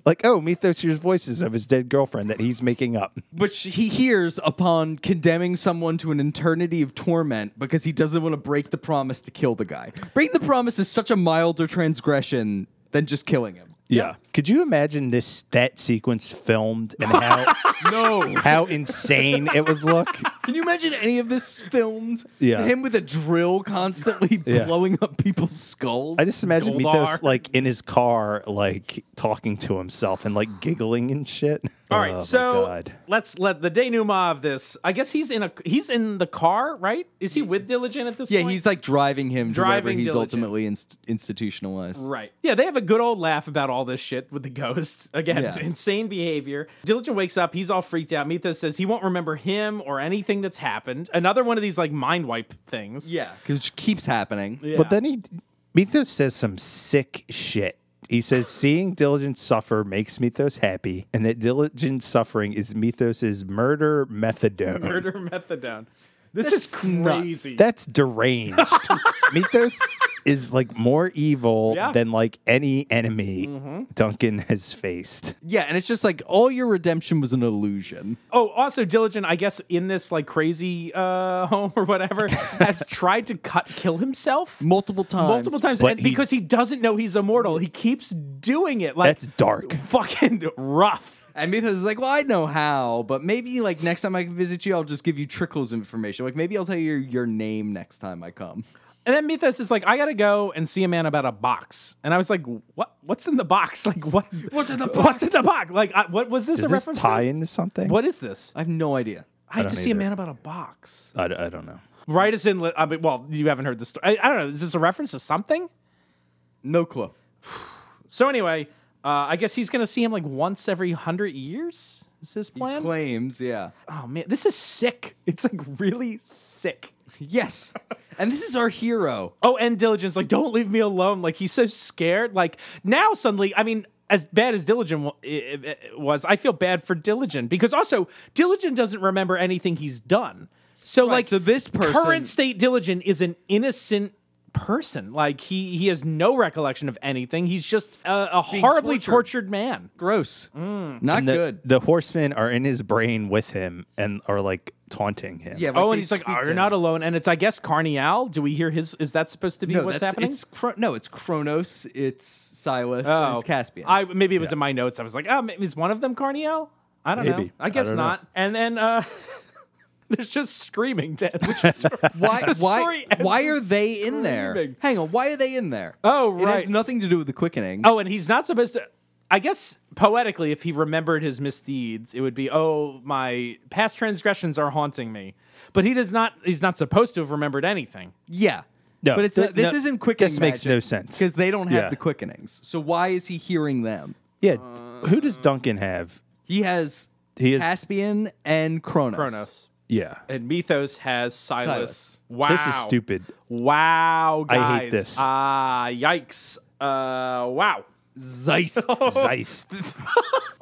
Speaker 4: Like, oh, Mythos hears voices of his dead girlfriend that he's making up.
Speaker 3: which he hears upon condemning someone to an eternity of torment because he doesn't want to break the promise to kill the guy. Breaking the promise is such a milder transgression than just killing him.
Speaker 4: Yeah. Could you imagine this that sequence filmed and how
Speaker 3: *laughs* No.
Speaker 4: how insane it would look?
Speaker 3: Can you imagine any of this filmed?
Speaker 4: Yeah.
Speaker 3: Him with a drill constantly
Speaker 4: *laughs* Yeah.
Speaker 3: blowing up people's skulls.
Speaker 4: I just imagine
Speaker 2: Goldar.
Speaker 4: Mythos like in his car, like talking to himself and like giggling and shit.
Speaker 2: All right,
Speaker 4: Oh, my
Speaker 2: so
Speaker 4: God.
Speaker 2: let's let the denouement of this. I guess he's in a he's in the car, right? Is he with Diligent at this
Speaker 3: yeah,
Speaker 2: point?
Speaker 3: he's like driving him to
Speaker 2: Driving
Speaker 3: wherever he's
Speaker 2: diligent.
Speaker 3: ultimately inst- institutionalized.
Speaker 2: Right. Yeah, they have a good old laugh about all this shit with the ghost. *laughs* Again,
Speaker 3: Yeah.
Speaker 2: insane behavior. Diligent wakes up. He's all freaked out. Mythos says he won't remember him or anything that's happened. Another one of these like mind wipe things.
Speaker 3: Yeah, because it keeps happening.
Speaker 2: Yeah.
Speaker 4: But then he Mythos says some sick shit. He says seeing Diligent suffer makes Mythos happy, and that Diligent suffering is Mythos's murder methadone.
Speaker 2: murder methadone. This is
Speaker 3: That's nuts.
Speaker 2: crazy.
Speaker 4: That's deranged. *laughs* Mythos is like more evil
Speaker 2: Yeah. Mm-hmm.
Speaker 4: than like any enemy Duncan has faced.
Speaker 3: Yeah, and it's just like all your redemption was an illusion.
Speaker 2: Oh, also Diligent, I guess, in this like crazy uh, *laughs* home or whatever,
Speaker 4: *laughs*
Speaker 2: has tried to cut kill himself
Speaker 3: Multiple times.
Speaker 2: multiple times,
Speaker 4: But
Speaker 2: and
Speaker 4: he-
Speaker 2: because he doesn't know he's immortal, he keeps doing it. Like
Speaker 4: That's dark.
Speaker 2: fucking rough.
Speaker 3: And Mythos is like, well, I know how, but maybe like next time I visit you, I'll just give you trickles information. Like maybe I'll tell you your, your name next time I come.
Speaker 2: And then Mythos is like, I gotta go and see a man about a box. And I was like, what? What's in the box? *laughs* Like what? What's in the box? What's in the box? Like I, what was this
Speaker 4: Does
Speaker 2: a
Speaker 4: this
Speaker 2: reference?
Speaker 4: tie
Speaker 2: to?
Speaker 4: into something?
Speaker 2: What is this?
Speaker 3: I have no idea.
Speaker 2: I, have to
Speaker 4: don't
Speaker 2: see a
Speaker 4: either. Uh,
Speaker 2: man about a box.
Speaker 4: I, d- I don't know.
Speaker 2: Write us in. I mean, well, you haven't heard the story. I, I don't know. Is this a reference to something?
Speaker 3: No clue.
Speaker 2: So anyway, uh, I guess he's gonna see him like once every hundred years. Is his plan?
Speaker 3: Claims, yeah.
Speaker 2: oh man, this is sick. *laughs* It's like really sick.
Speaker 3: Yes. and this is our hero.
Speaker 2: Oh, and Diligent's like, don't leave me alone. Like he's so scared. Like now suddenly, I mean, as bad as Diligent wa- i- i- i- was, I feel bad for Diligent because also Diligent doesn't remember anything he's done. So like,
Speaker 3: so this person-
Speaker 2: current state Diligent is an innocent person. Like he he has no recollection of anything. He's just a, a horribly
Speaker 3: tortured.
Speaker 2: tortured man.
Speaker 3: Gross. Not
Speaker 4: And the,
Speaker 3: good.
Speaker 4: The horsemen are in his brain with him and are like taunting him.
Speaker 3: Yeah.
Speaker 2: Oh,
Speaker 3: they
Speaker 2: and he's like,
Speaker 3: speak
Speaker 2: "Oh,
Speaker 3: to
Speaker 2: you're
Speaker 3: him."
Speaker 2: not alone." And it's, I guess, Carnial. Do we hear his? Is that supposed to be
Speaker 3: No,
Speaker 2: what's
Speaker 3: that's,
Speaker 2: happening?
Speaker 3: It's Chro- no, it's Kronos, it's Silas, and
Speaker 2: Oh.
Speaker 3: it's Caspian.
Speaker 2: I maybe it was in my notes. I was like, "Oh, ma- is one of them Carnial?" I don't know.
Speaker 4: Maybe.
Speaker 2: I guess
Speaker 4: I don't know.
Speaker 2: not. And then uh, *laughs* there's just screaming *laughs* to end.
Speaker 4: *laughs*
Speaker 2: Which
Speaker 3: *laughs*
Speaker 2: *laughs*
Speaker 3: why
Speaker 2: the
Speaker 3: why
Speaker 2: story ends
Speaker 3: why
Speaker 2: in
Speaker 3: are they in there?
Speaker 2: screaming.
Speaker 3: Hang on, why are they in there?
Speaker 2: Oh,
Speaker 3: It
Speaker 2: right.
Speaker 3: has nothing to do with the quickening.
Speaker 2: oh, and he's not supposed to. I guess poetically, if he remembered his misdeeds, it would be, "Oh, my past transgressions are haunting me." But he does not. He's not supposed to have remembered anything.
Speaker 3: yeah.
Speaker 4: No,
Speaker 3: but it's
Speaker 4: th-
Speaker 3: this
Speaker 4: no,
Speaker 3: isn't quickening.
Speaker 4: this makes no sense.
Speaker 3: because they don't have
Speaker 4: Yeah.
Speaker 3: the quickenings. So why is he hearing them?
Speaker 4: Yeah, who does Duncan have?
Speaker 3: He has
Speaker 4: He has-
Speaker 3: Caspian and Kronos.
Speaker 2: Kronos
Speaker 4: Yeah.
Speaker 2: and Mythos has Silas.
Speaker 3: Silas.
Speaker 2: Wow,
Speaker 4: This is stupid.
Speaker 2: Wow, guys.
Speaker 4: I hate this.
Speaker 2: Ah, yikes. Uh, wow.
Speaker 3: Zeist.
Speaker 4: *laughs* Zeist.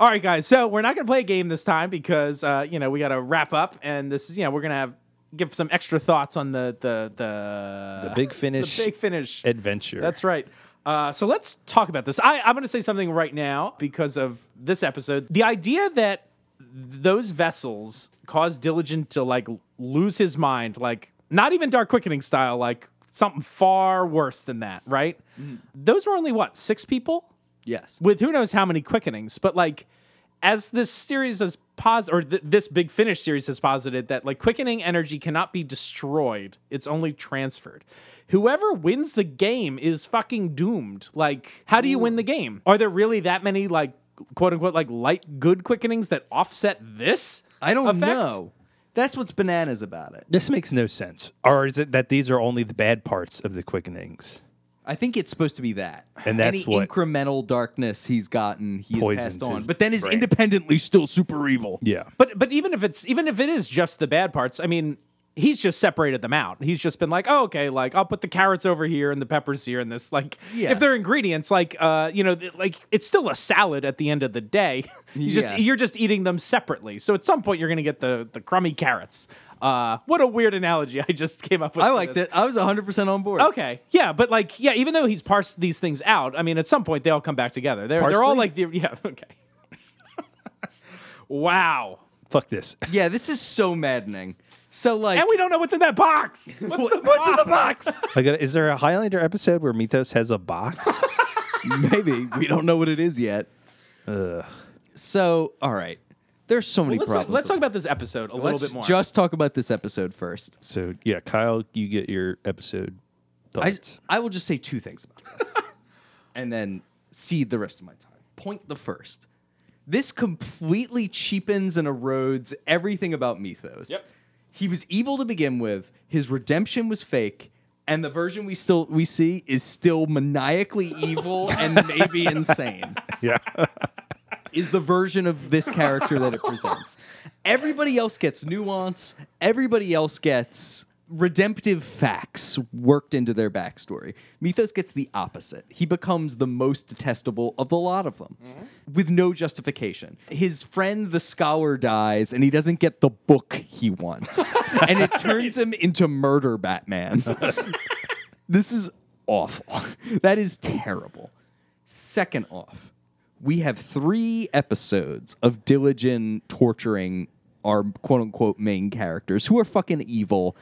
Speaker 2: All right, guys. So we're not going to play a game this time because uh, you know we got to wrap up, and this is you know we're going to have give some extra thoughts on the the the
Speaker 4: The big finish
Speaker 2: the big finish
Speaker 4: adventure.
Speaker 2: That's right. Uh, so let's talk about this. I, I'm going to say something right now because of this episode. The idea that those vessels caused Diligent to like lose his mind, like not even Dark Quickening style, like something far worse than that, right? Those were only what six people
Speaker 3: yes.
Speaker 2: with who knows how many quickenings, but like as this series has pos or th- this big finish series has posited that like quickening energy cannot be destroyed; it's only transferred. Whoever wins the game is fucking doomed. Like, how do you win the game? Are there really that many like quote unquote like light good quickenings that offset this?
Speaker 3: I don't
Speaker 2: effect?
Speaker 3: know. That's what's bananas about it.
Speaker 4: This makes no sense. Or is it that these are only the bad parts of the quickenings?
Speaker 3: I think it's supposed to be that.
Speaker 4: And that's
Speaker 3: Any
Speaker 4: what-
Speaker 3: incremental darkness he's gotten, he's
Speaker 4: Poisons
Speaker 3: passed on.
Speaker 4: his
Speaker 3: But then is
Speaker 4: brain.
Speaker 3: independently still super evil.
Speaker 4: Yeah.
Speaker 2: But but even if it's even if it is just the bad parts, I mean, he's just separated them out. He's just been like, oh, okay, like I'll put the carrots over here and the peppers here and this like
Speaker 3: Yeah.
Speaker 2: if they're ingredients, like uh, you know, th- like it's still a salad at the end of the day. *laughs* you
Speaker 3: Yeah.
Speaker 2: just you're just eating them separately. So at some point you're gonna get the the crummy carrots. Uh, what a weird analogy I just came up with.
Speaker 3: I
Speaker 2: for
Speaker 3: liked
Speaker 2: this.
Speaker 3: it. I was 100% on board.
Speaker 2: Okay, yeah, but like, yeah, even though he's parsed these things out, I mean, at some point they all come back together. They're they're all
Speaker 4: Parsley?
Speaker 2: like the yeah, *laughs* okay. *laughs* wow.
Speaker 4: Fuck this. *laughs*
Speaker 3: Yeah, this is so maddening. So, like, *laughs*
Speaker 2: And we don't know what's in that box. What's, the
Speaker 3: what's in the box?
Speaker 4: I got. Is there a Highlander episode where Mythos has a box?
Speaker 3: Maybe. We don't know what it is yet. So, all right. There's so many
Speaker 2: Let's, talk,
Speaker 3: problems.
Speaker 2: let's talk about this episode a little
Speaker 3: Let's
Speaker 2: bit more.
Speaker 3: Just talk about this episode first.
Speaker 4: So yeah, Kyle, you get your episode
Speaker 3: I, *laughs*
Speaker 4: thoughts.
Speaker 3: I will just say two things about this and then cede the rest of my time. Point the first. This completely cheapens and erodes everything about Mythos.
Speaker 2: Yep.
Speaker 3: He was evil to begin with, his redemption was fake, and the version we still we see is still maniacally evil and maybe insane.
Speaker 4: yeah,
Speaker 3: is the version of this character that it presents. Everybody else gets nuance. Everybody else gets redemptive facts worked into their backstory. Mythos gets the opposite. He becomes the most detestable of the lot of them with no justification. His friend, the scholar, dies and he doesn't get the book he wants. and it turns him into murder Batman. this is awful. That is terrible. Second off, we have three episodes of Diligent torturing our quote unquote main characters who are fucking evil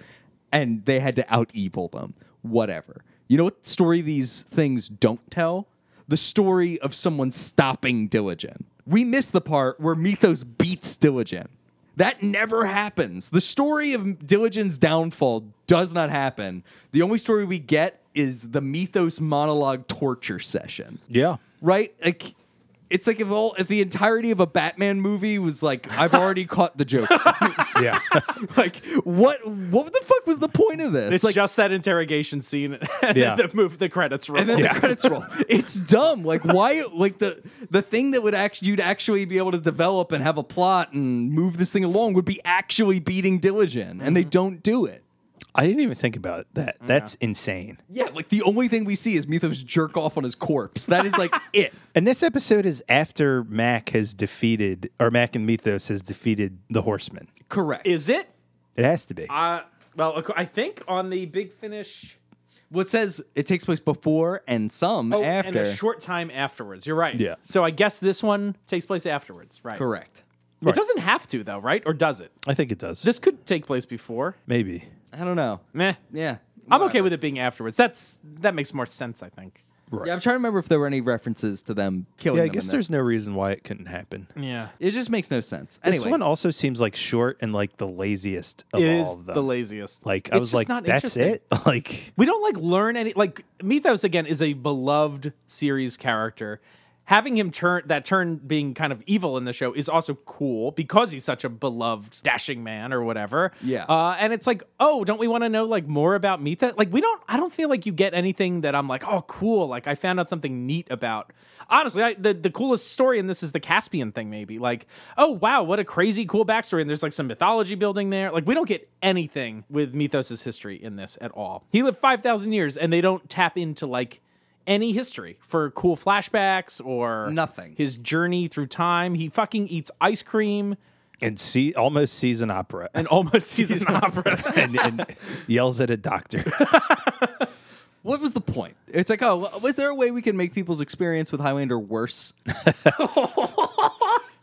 Speaker 3: and they had to out evil them. Whatever. You know what story these things don't tell? The story of someone stopping Diligent. We miss the part where Mythos beats Diligent. That never happens. The story of Diligent's downfall does not happen. The only story we get is the Mythos monologue torture session
Speaker 4: yeah.
Speaker 3: right? Like it's like if all if the entirety of a Batman movie was like, I've *laughs* already caught the joke.
Speaker 4: Yeah. *laughs*
Speaker 3: like what what the fuck was the point of this?
Speaker 2: it's
Speaker 3: like
Speaker 2: just that interrogation scene. *laughs* And
Speaker 4: Yeah.
Speaker 2: the move the credits roll.
Speaker 3: and then
Speaker 4: Yeah.
Speaker 3: the credits roll. It's dumb. Like why like the the thing that would actually you'd actually be able to develop and have a plot and move this thing along would be actually beating Diligent and they don't do it.
Speaker 4: I didn't even think about that. That's insane.
Speaker 3: Yeah, like the only thing we see is Mythos jerk off on his corpse. That is *laughs* like it.
Speaker 4: And this episode is after Mac has defeated, or Mac and Mythos has defeated the Horseman.
Speaker 3: Correct.
Speaker 2: Is it?
Speaker 4: It has to be.
Speaker 2: Uh, well, ac- I think on the big finish
Speaker 3: well, it says it takes place before and some
Speaker 2: oh,
Speaker 3: after.
Speaker 2: and a short time afterwards. You're right.
Speaker 4: Yeah.
Speaker 2: So I guess this one takes place afterwards, right?
Speaker 3: Correct.
Speaker 2: It doesn't have to though, right? Or does it?
Speaker 4: I think it does.
Speaker 2: This could take place before.
Speaker 4: Maybe.
Speaker 3: I don't know.
Speaker 2: Meh.
Speaker 3: Yeah.
Speaker 2: I'm okay with it being afterwards. That's that makes more sense, I think.
Speaker 3: Yeah, I'm trying to remember if there were any references to them
Speaker 2: Oh,
Speaker 3: killing
Speaker 4: Yeah, I
Speaker 3: them in
Speaker 4: guess
Speaker 3: this.
Speaker 4: there's no reason why it couldn't happen.
Speaker 2: Yeah.
Speaker 3: It just makes no sense.
Speaker 4: This
Speaker 3: anyway,
Speaker 4: one also seems like short and like the laziest of
Speaker 2: It
Speaker 4: all
Speaker 2: is
Speaker 4: of them.
Speaker 2: the laziest.
Speaker 4: Like I
Speaker 2: It's
Speaker 4: was
Speaker 2: just
Speaker 4: like,
Speaker 2: not
Speaker 4: that's it. *laughs*
Speaker 2: interesting.
Speaker 4: Like
Speaker 2: we don't like learn any like Mythos again is a beloved series character. Having him turn that turn being kind of evil in the show is also cool because he's such a beloved dashing man or whatever.
Speaker 3: Yeah.
Speaker 2: Uh, and it's like, oh, don't we want to know like more about Mythos? Like we don't. I don't feel like you get anything that I'm like, oh, cool. Like I found out something neat about. Honestly, I, the the coolest story in this is the Caspian thing. Maybe like, oh wow, what a crazy cool backstory. And there's like some mythology building there. Like we don't get anything with Mythos's history in this at all. He lived five thousand years, and they don't tap into like any history for cool flashbacks or
Speaker 3: Nothing.
Speaker 2: His journey through time. He fucking eats ice cream
Speaker 4: and see almost sees
Speaker 2: *laughs*
Speaker 4: an opera
Speaker 2: and almost sees an opera.
Speaker 4: and, and yells at a doctor. *laughs*
Speaker 3: what was the point? It's like, oh, well, was there a way we can make people's experience with Highlander
Speaker 4: *laughs*
Speaker 3: worse?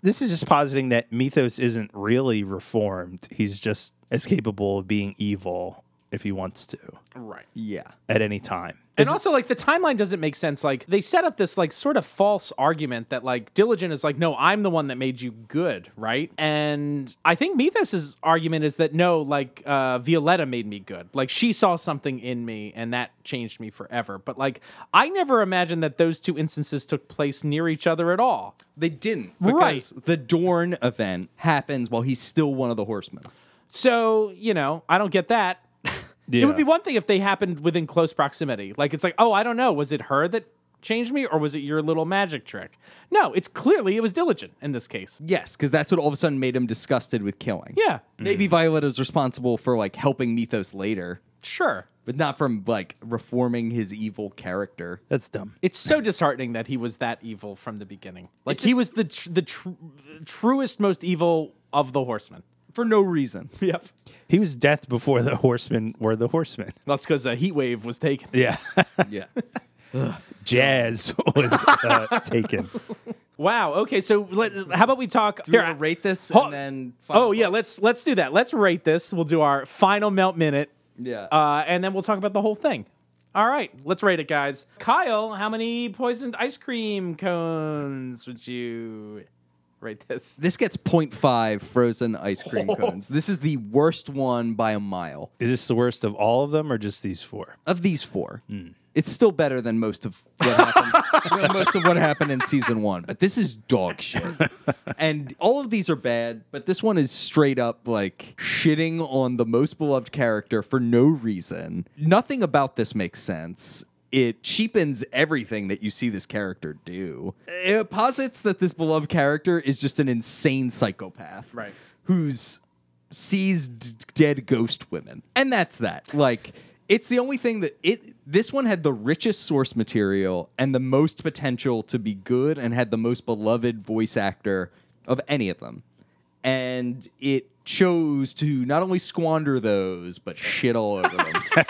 Speaker 4: this is just positing that Mythos isn't really reformed. He's just as capable of being evil if he wants to
Speaker 2: right.
Speaker 3: yeah.
Speaker 4: at any time.
Speaker 2: And also, like the timeline doesn't make sense. Like they set up this like sort of false argument that like Diligent is like, no, I'm the one that made you good, right? And I think Mythos's argument is that no, like uh, Violetta made me good. Like she saw something in me, and that changed me forever. But like I never imagined that those two instances took place near each other at all.
Speaker 3: They didn't.
Speaker 2: Right.
Speaker 3: Because the Dorn event happens while he's still one of the horsemen.
Speaker 2: So, you know, I don't get that. *laughs* It
Speaker 4: Yeah.
Speaker 2: would be one thing if they happened within close proximity. Like, it's like, oh, I don't know. Was it her that changed me or was it your little magic trick? No, it's clearly it was diligent in this case.
Speaker 3: Yes, because that's what all of a sudden made him disgusted with killing.
Speaker 2: Yeah,
Speaker 4: Mm.
Speaker 3: Maybe Violetta's responsible for like helping Mythos later,
Speaker 2: sure.
Speaker 3: but not from like reforming his evil character.
Speaker 4: That's dumb.
Speaker 2: It's so disheartening that he was that evil from the beginning. Like, he
Speaker 3: just-
Speaker 2: was the, tr- the tr- truest, most evil of the horsemen.
Speaker 3: For no
Speaker 4: *laughs*
Speaker 3: reason.
Speaker 2: Yep.
Speaker 4: He was death before the horsemen were the horsemen.
Speaker 2: That's because a heat wave was taken.
Speaker 4: *laughs* Yeah.
Speaker 3: yeah.
Speaker 4: *laughs*
Speaker 2: *laughs*
Speaker 4: Jazz was uh, taken.
Speaker 2: Wow. Okay. So, let, how about we talk?
Speaker 3: We're
Speaker 2: I-
Speaker 3: gonna rate this
Speaker 2: Hold-
Speaker 3: and then
Speaker 2: Oh yeah, let's let's do that. Let's rate this. We'll do our final melt minute,
Speaker 3: Yeah.
Speaker 2: uh, and then we'll talk about the whole thing. All right, let's rate it, guys. Kyle, how many poisoned ice cream cones would you rate this?
Speaker 3: This gets 0.5 frozen ice cream cones. This is the worst one by a mile
Speaker 4: *laughs* Is this the worst of all of them or just these four?
Speaker 3: of these four. It's still better than most of what happened. than most of what happened in season one, but this is dog shit. and all of these are bad, but this one is straight up like shitting on the most beloved character for no reason. Nothing about this makes sense. It cheapens everything that you see this character do. It posits that this beloved character is just an insane psychopath,
Speaker 2: Right.
Speaker 3: Who's sees d- dead ghost women, and that's that. Like, it's the only thing that it. This one had the richest source material and the most potential to be good, and had the most beloved voice actor of any of them, and it chose to not only squander those but shit all over them.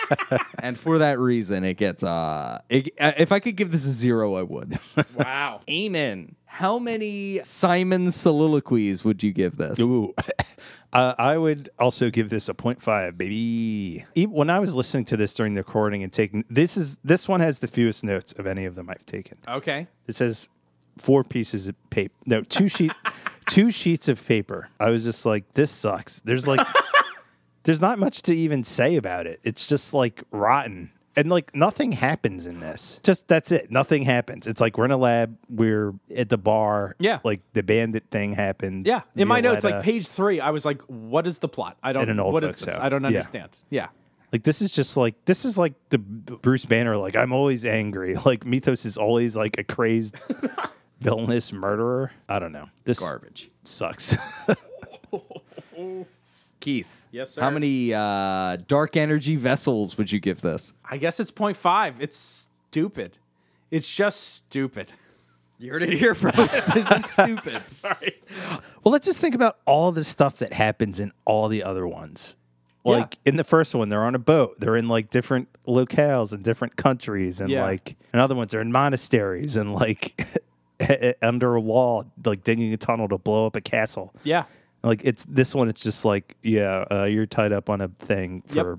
Speaker 3: and for that reason, it gets uh, it, uh, if I could give this a zero, I would.
Speaker 2: Wow.
Speaker 3: Amen. How many Simon soliloquies would you give this?
Speaker 4: Ooh. *laughs* Uh, I would also give this a 0.5, baby. Even when I was listening to this during the recording and taking this is this one has the fewest notes of any of them I've taken.
Speaker 2: *laughs* Okay.
Speaker 4: It says four pieces of paper. No,
Speaker 2: *laughs*
Speaker 4: two sheet, two sheets of paper. I was just like, this sucks.
Speaker 2: *laughs*
Speaker 4: There's like, there's not much to even say about it. It's just like rotten, and like nothing happens in this. Just that's it. Nothing happens. It's like we're in a lab. We're at the bar.
Speaker 2: Yeah.
Speaker 4: like the bandit thing happens.
Speaker 2: Yeah. In my notes, like
Speaker 4: Violetta-
Speaker 2: page three, I was like, what is the plot? I don't
Speaker 4: uh, In an
Speaker 2: know.
Speaker 4: old
Speaker 2: What is
Speaker 4: folks'
Speaker 2: this?
Speaker 4: home.
Speaker 2: I don't
Speaker 4: Yeah.
Speaker 2: understand. Yeah.
Speaker 4: Like this is just like this is like the B- Bruce Banner. Like I'm always angry. *laughs* Like Mythos is always like
Speaker 2: *laughs*
Speaker 4: a crazed villainous murderer. I don't know. This
Speaker 3: Garbage.
Speaker 2: *laughs*
Speaker 4: sucks.
Speaker 3: Keith.
Speaker 2: Yes,
Speaker 3: How
Speaker 2: sir.
Speaker 3: many uh, dark energy vessels would you give this?
Speaker 2: I guess it's 0.5. It's stupid. It's just stupid.
Speaker 3: You heard it
Speaker 2: *laughs*
Speaker 3: here, folks. this is stupid.
Speaker 2: Sorry.
Speaker 4: well, let's just think about all the stuff that happens in all the other ones. Like in the first one, they're on a boat. They're in like different locales and different countries, and
Speaker 2: Yeah.
Speaker 4: like and other ones are in monasteries and like *laughs* under a wall, like digging a tunnel to blow up a castle.
Speaker 2: Yeah.
Speaker 4: Like it's this one. It's just like yeah, uh, you're tied up on a thing for
Speaker 2: Yep.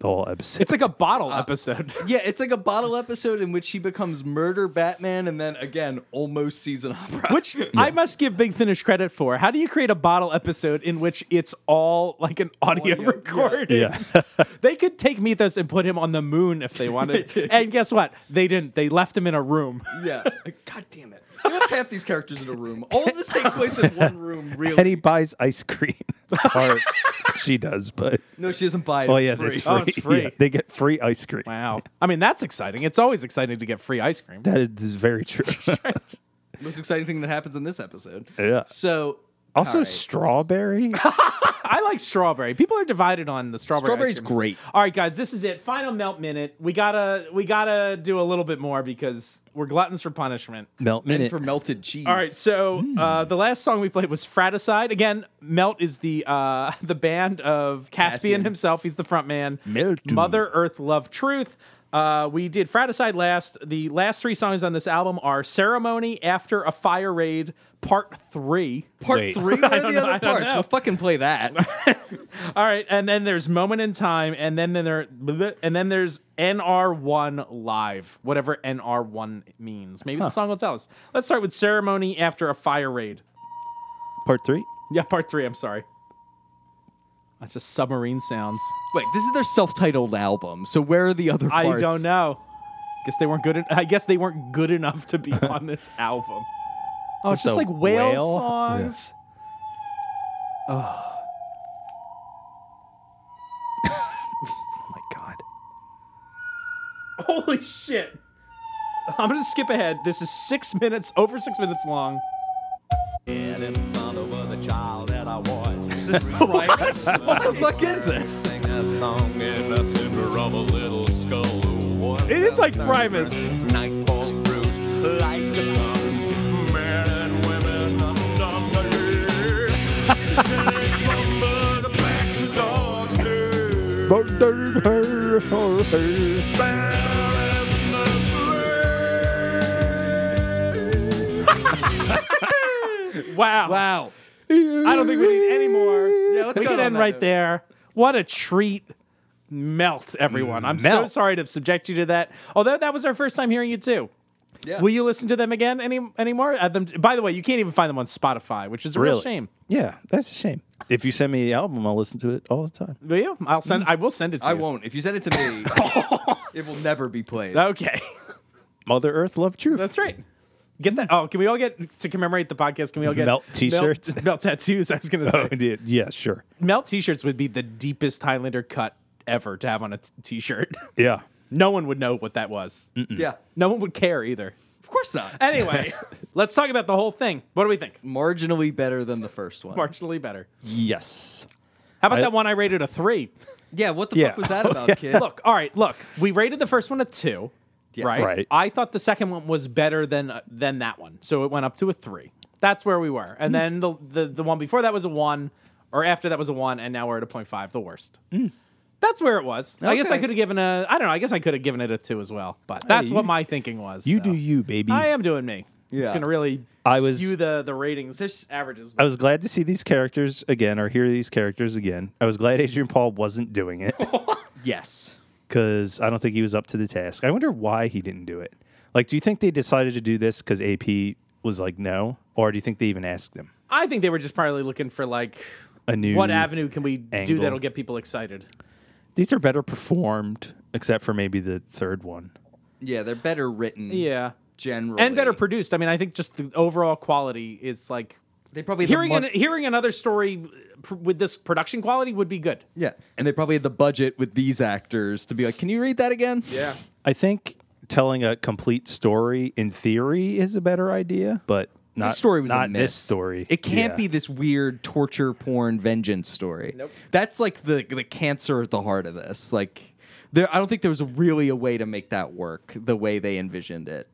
Speaker 4: the whole episode. *laughs*
Speaker 2: It's like a bottle episode. *laughs*
Speaker 3: Yeah, it's like a bottle episode in which he becomes murder Batman and then again almost season
Speaker 2: *laughs*
Speaker 3: opera.
Speaker 2: Which I must give Big Finish credit for. How do you create a bottle episode in which it's all like an audio,
Speaker 3: Audio, yeah.
Speaker 2: recording? *laughs* they could take Mythos and put him on the moon if they
Speaker 3: *laughs*
Speaker 2: wanted.
Speaker 3: did.
Speaker 2: and guess what? They didn't. They left him in a room. *laughs*
Speaker 3: yeah. God damn it. You have to have these characters in a room. All of this takes place in
Speaker 2: *laughs*
Speaker 3: one room, really.
Speaker 4: and he buys ice cream. or she does, but
Speaker 3: no, she doesn't buy it.
Speaker 4: oh
Speaker 3: It's
Speaker 4: yeah,
Speaker 3: free.
Speaker 4: that's free. *laughs*
Speaker 2: Oh, it's free.
Speaker 4: Yeah, they get free ice cream.
Speaker 2: Wow. I mean, that's exciting. It's always exciting to get free ice cream.
Speaker 4: That is very *laughs* true.
Speaker 3: Most exciting thing that happens in this episode.
Speaker 4: Yeah.
Speaker 3: So
Speaker 4: also,
Speaker 3: all right.
Speaker 4: *laughs* strawberry.
Speaker 2: I like strawberry. People are divided on the strawberry. ice
Speaker 3: Strawberry's
Speaker 2: cream.
Speaker 3: great.
Speaker 2: All right, guys, this is it. Final melt minute. We gotta we gotta do a little bit more because we're gluttons for punishment.
Speaker 4: Melt
Speaker 3: and
Speaker 4: minute.
Speaker 3: for melted cheese.
Speaker 2: All right, so uh,
Speaker 3: Hmm.
Speaker 2: the last song we played was Fraticide. Again, Melt is the uh, *laughs* the band of Caspian,
Speaker 3: Caspian.
Speaker 2: himself. He's the front man.
Speaker 4: Melt.
Speaker 2: Mother Earth Love Truth. Uh, we did Fraticide last. The last three songs on this album are Ceremony, After a Fire Raid, Part 3.
Speaker 3: Part
Speaker 4: Wait.
Speaker 3: three,
Speaker 2: *laughs*
Speaker 3: what
Speaker 2: I
Speaker 3: are
Speaker 2: don't
Speaker 3: the
Speaker 2: know, I
Speaker 3: other
Speaker 2: don't
Speaker 3: parts?
Speaker 2: know.
Speaker 3: We'll fucking play that.
Speaker 2: *laughs* All right, and then there's Moment in Time, and then then there and then there's NR1 Live, whatever NR1 means. Maybe the song will tell us. Let's start with Ceremony, After a Fire Raid.
Speaker 4: Part three.
Speaker 2: Yeah, part three. I'm sorry. That's just submarine sounds.
Speaker 3: Wait, this is their self-titled album. So where are the other parts?
Speaker 2: I don't know. Guess they weren't good. En- I guess they weren't good enough to be on *laughs* this album. Oh, it's
Speaker 4: Just
Speaker 2: just
Speaker 4: a
Speaker 2: like whale,
Speaker 4: whale? Yeah.
Speaker 2: songs.
Speaker 4: Oh my god.
Speaker 2: Holy shit! I'm gonna skip ahead. This is six minutes, over six minutes long.
Speaker 3: *laughs* What the fuck is this?
Speaker 2: It is like Primus. Wow.
Speaker 3: Wow.
Speaker 2: I don't think we need any more.
Speaker 3: Yeah, let's
Speaker 2: we
Speaker 3: go
Speaker 2: can
Speaker 3: on
Speaker 2: end
Speaker 3: that
Speaker 2: right
Speaker 3: note.
Speaker 2: there. What a treat. melt everyone. I'm so
Speaker 4: Melt.
Speaker 2: sorry to subject you to that. Although that was our first time hearing you too. Will you listen to them again any anymore? Uh, them, by the way, you can't even find them on Spotify, which is a real
Speaker 4: Really?
Speaker 2: shame.
Speaker 4: Yeah, that's a shame. If you send me the album, I'll listen to it all the time.
Speaker 2: Will you? I'll send. I will send it to
Speaker 3: I
Speaker 2: you.
Speaker 3: won't. If you send it
Speaker 2: *laughs*
Speaker 3: to me, it will never be played.
Speaker 2: Okay, *laughs*
Speaker 4: Mother Earth, love truth.
Speaker 2: that's right. Get that. Oh, can we all get to commemorate the podcast? Can we all get
Speaker 4: Melt t-shirts?
Speaker 2: *laughs* melt, melt tattoos? I was gonna say
Speaker 4: *laughs* oh, yeah, yeah, sure.
Speaker 2: melt t-shirts would be the deepest Highlander cut ever to have on a t- t-shirt. *laughs*
Speaker 4: Yeah.
Speaker 2: no one would know what that was.
Speaker 3: Yeah,
Speaker 2: No one would care either.
Speaker 3: of course not.
Speaker 4: *laughs*
Speaker 2: Anyway, let's talk about the whole thing. What do we think?
Speaker 3: Marginally better than the first one.
Speaker 2: Marginally better.
Speaker 4: Yes.
Speaker 2: How about
Speaker 4: I-
Speaker 2: that one I rated a three?
Speaker 3: yeah, what the
Speaker 4: Yeah.
Speaker 3: fuck was that about, kid?
Speaker 2: look, all right, look. We rated the first one a two, right?
Speaker 4: Right.
Speaker 2: I thought the second one was better than uh, than that one, so it went up to a three. That's where we were,
Speaker 4: Hmm.
Speaker 2: and then the, the the one before that was a one, or after that was a one, and now we're at a point five, the worst.
Speaker 4: Hmm.
Speaker 2: That's where it was. I guess I
Speaker 3: Okay.
Speaker 2: could have given a. I don't know. I guess I could have given it a two as well, but that's
Speaker 4: you-
Speaker 2: what my thinking was.
Speaker 4: You
Speaker 2: so.
Speaker 4: do you, baby.
Speaker 2: I am doing me. It's
Speaker 3: Yeah.
Speaker 2: gonna really
Speaker 4: I was-
Speaker 2: skew the the ratings
Speaker 3: There's-
Speaker 2: averages.
Speaker 4: I was glad to see these characters again or hear these characters again. I was glad Adrian Paul wasn't doing it *laughs*
Speaker 3: yes.
Speaker 4: because I don't think he was up to the task. I wonder why he didn't do it. Like, do you think they decided to do this because AP was like, no? Or do you think they even asked him?
Speaker 2: I think they were just probably looking for like
Speaker 4: A new.
Speaker 2: what avenue can we
Speaker 4: angle.
Speaker 2: do that'll get people excited.
Speaker 4: These are better performed, except for maybe the third one.
Speaker 3: Yeah, they're better written.
Speaker 2: Yeah.
Speaker 3: Generally.
Speaker 2: and better produced. I mean, I think just the overall quality is like
Speaker 3: They probably had the
Speaker 2: hearing
Speaker 3: mon-
Speaker 2: an, hearing another story pr- with this production quality would be good.
Speaker 3: Yeah, and they probably had the budget with these actors to be like, "Can you read that again?" Yeah.
Speaker 4: I think telling a complete story in theory is a better idea, but not
Speaker 3: This story was
Speaker 4: not
Speaker 3: a
Speaker 4: this
Speaker 3: miss.
Speaker 4: story.
Speaker 3: It can't
Speaker 4: Yeah.
Speaker 3: be this weird torture porn vengeance story. Nope. That's like the the cancer at the heart of this. Like there I don't think there was really a way to make that work the way they envisioned it.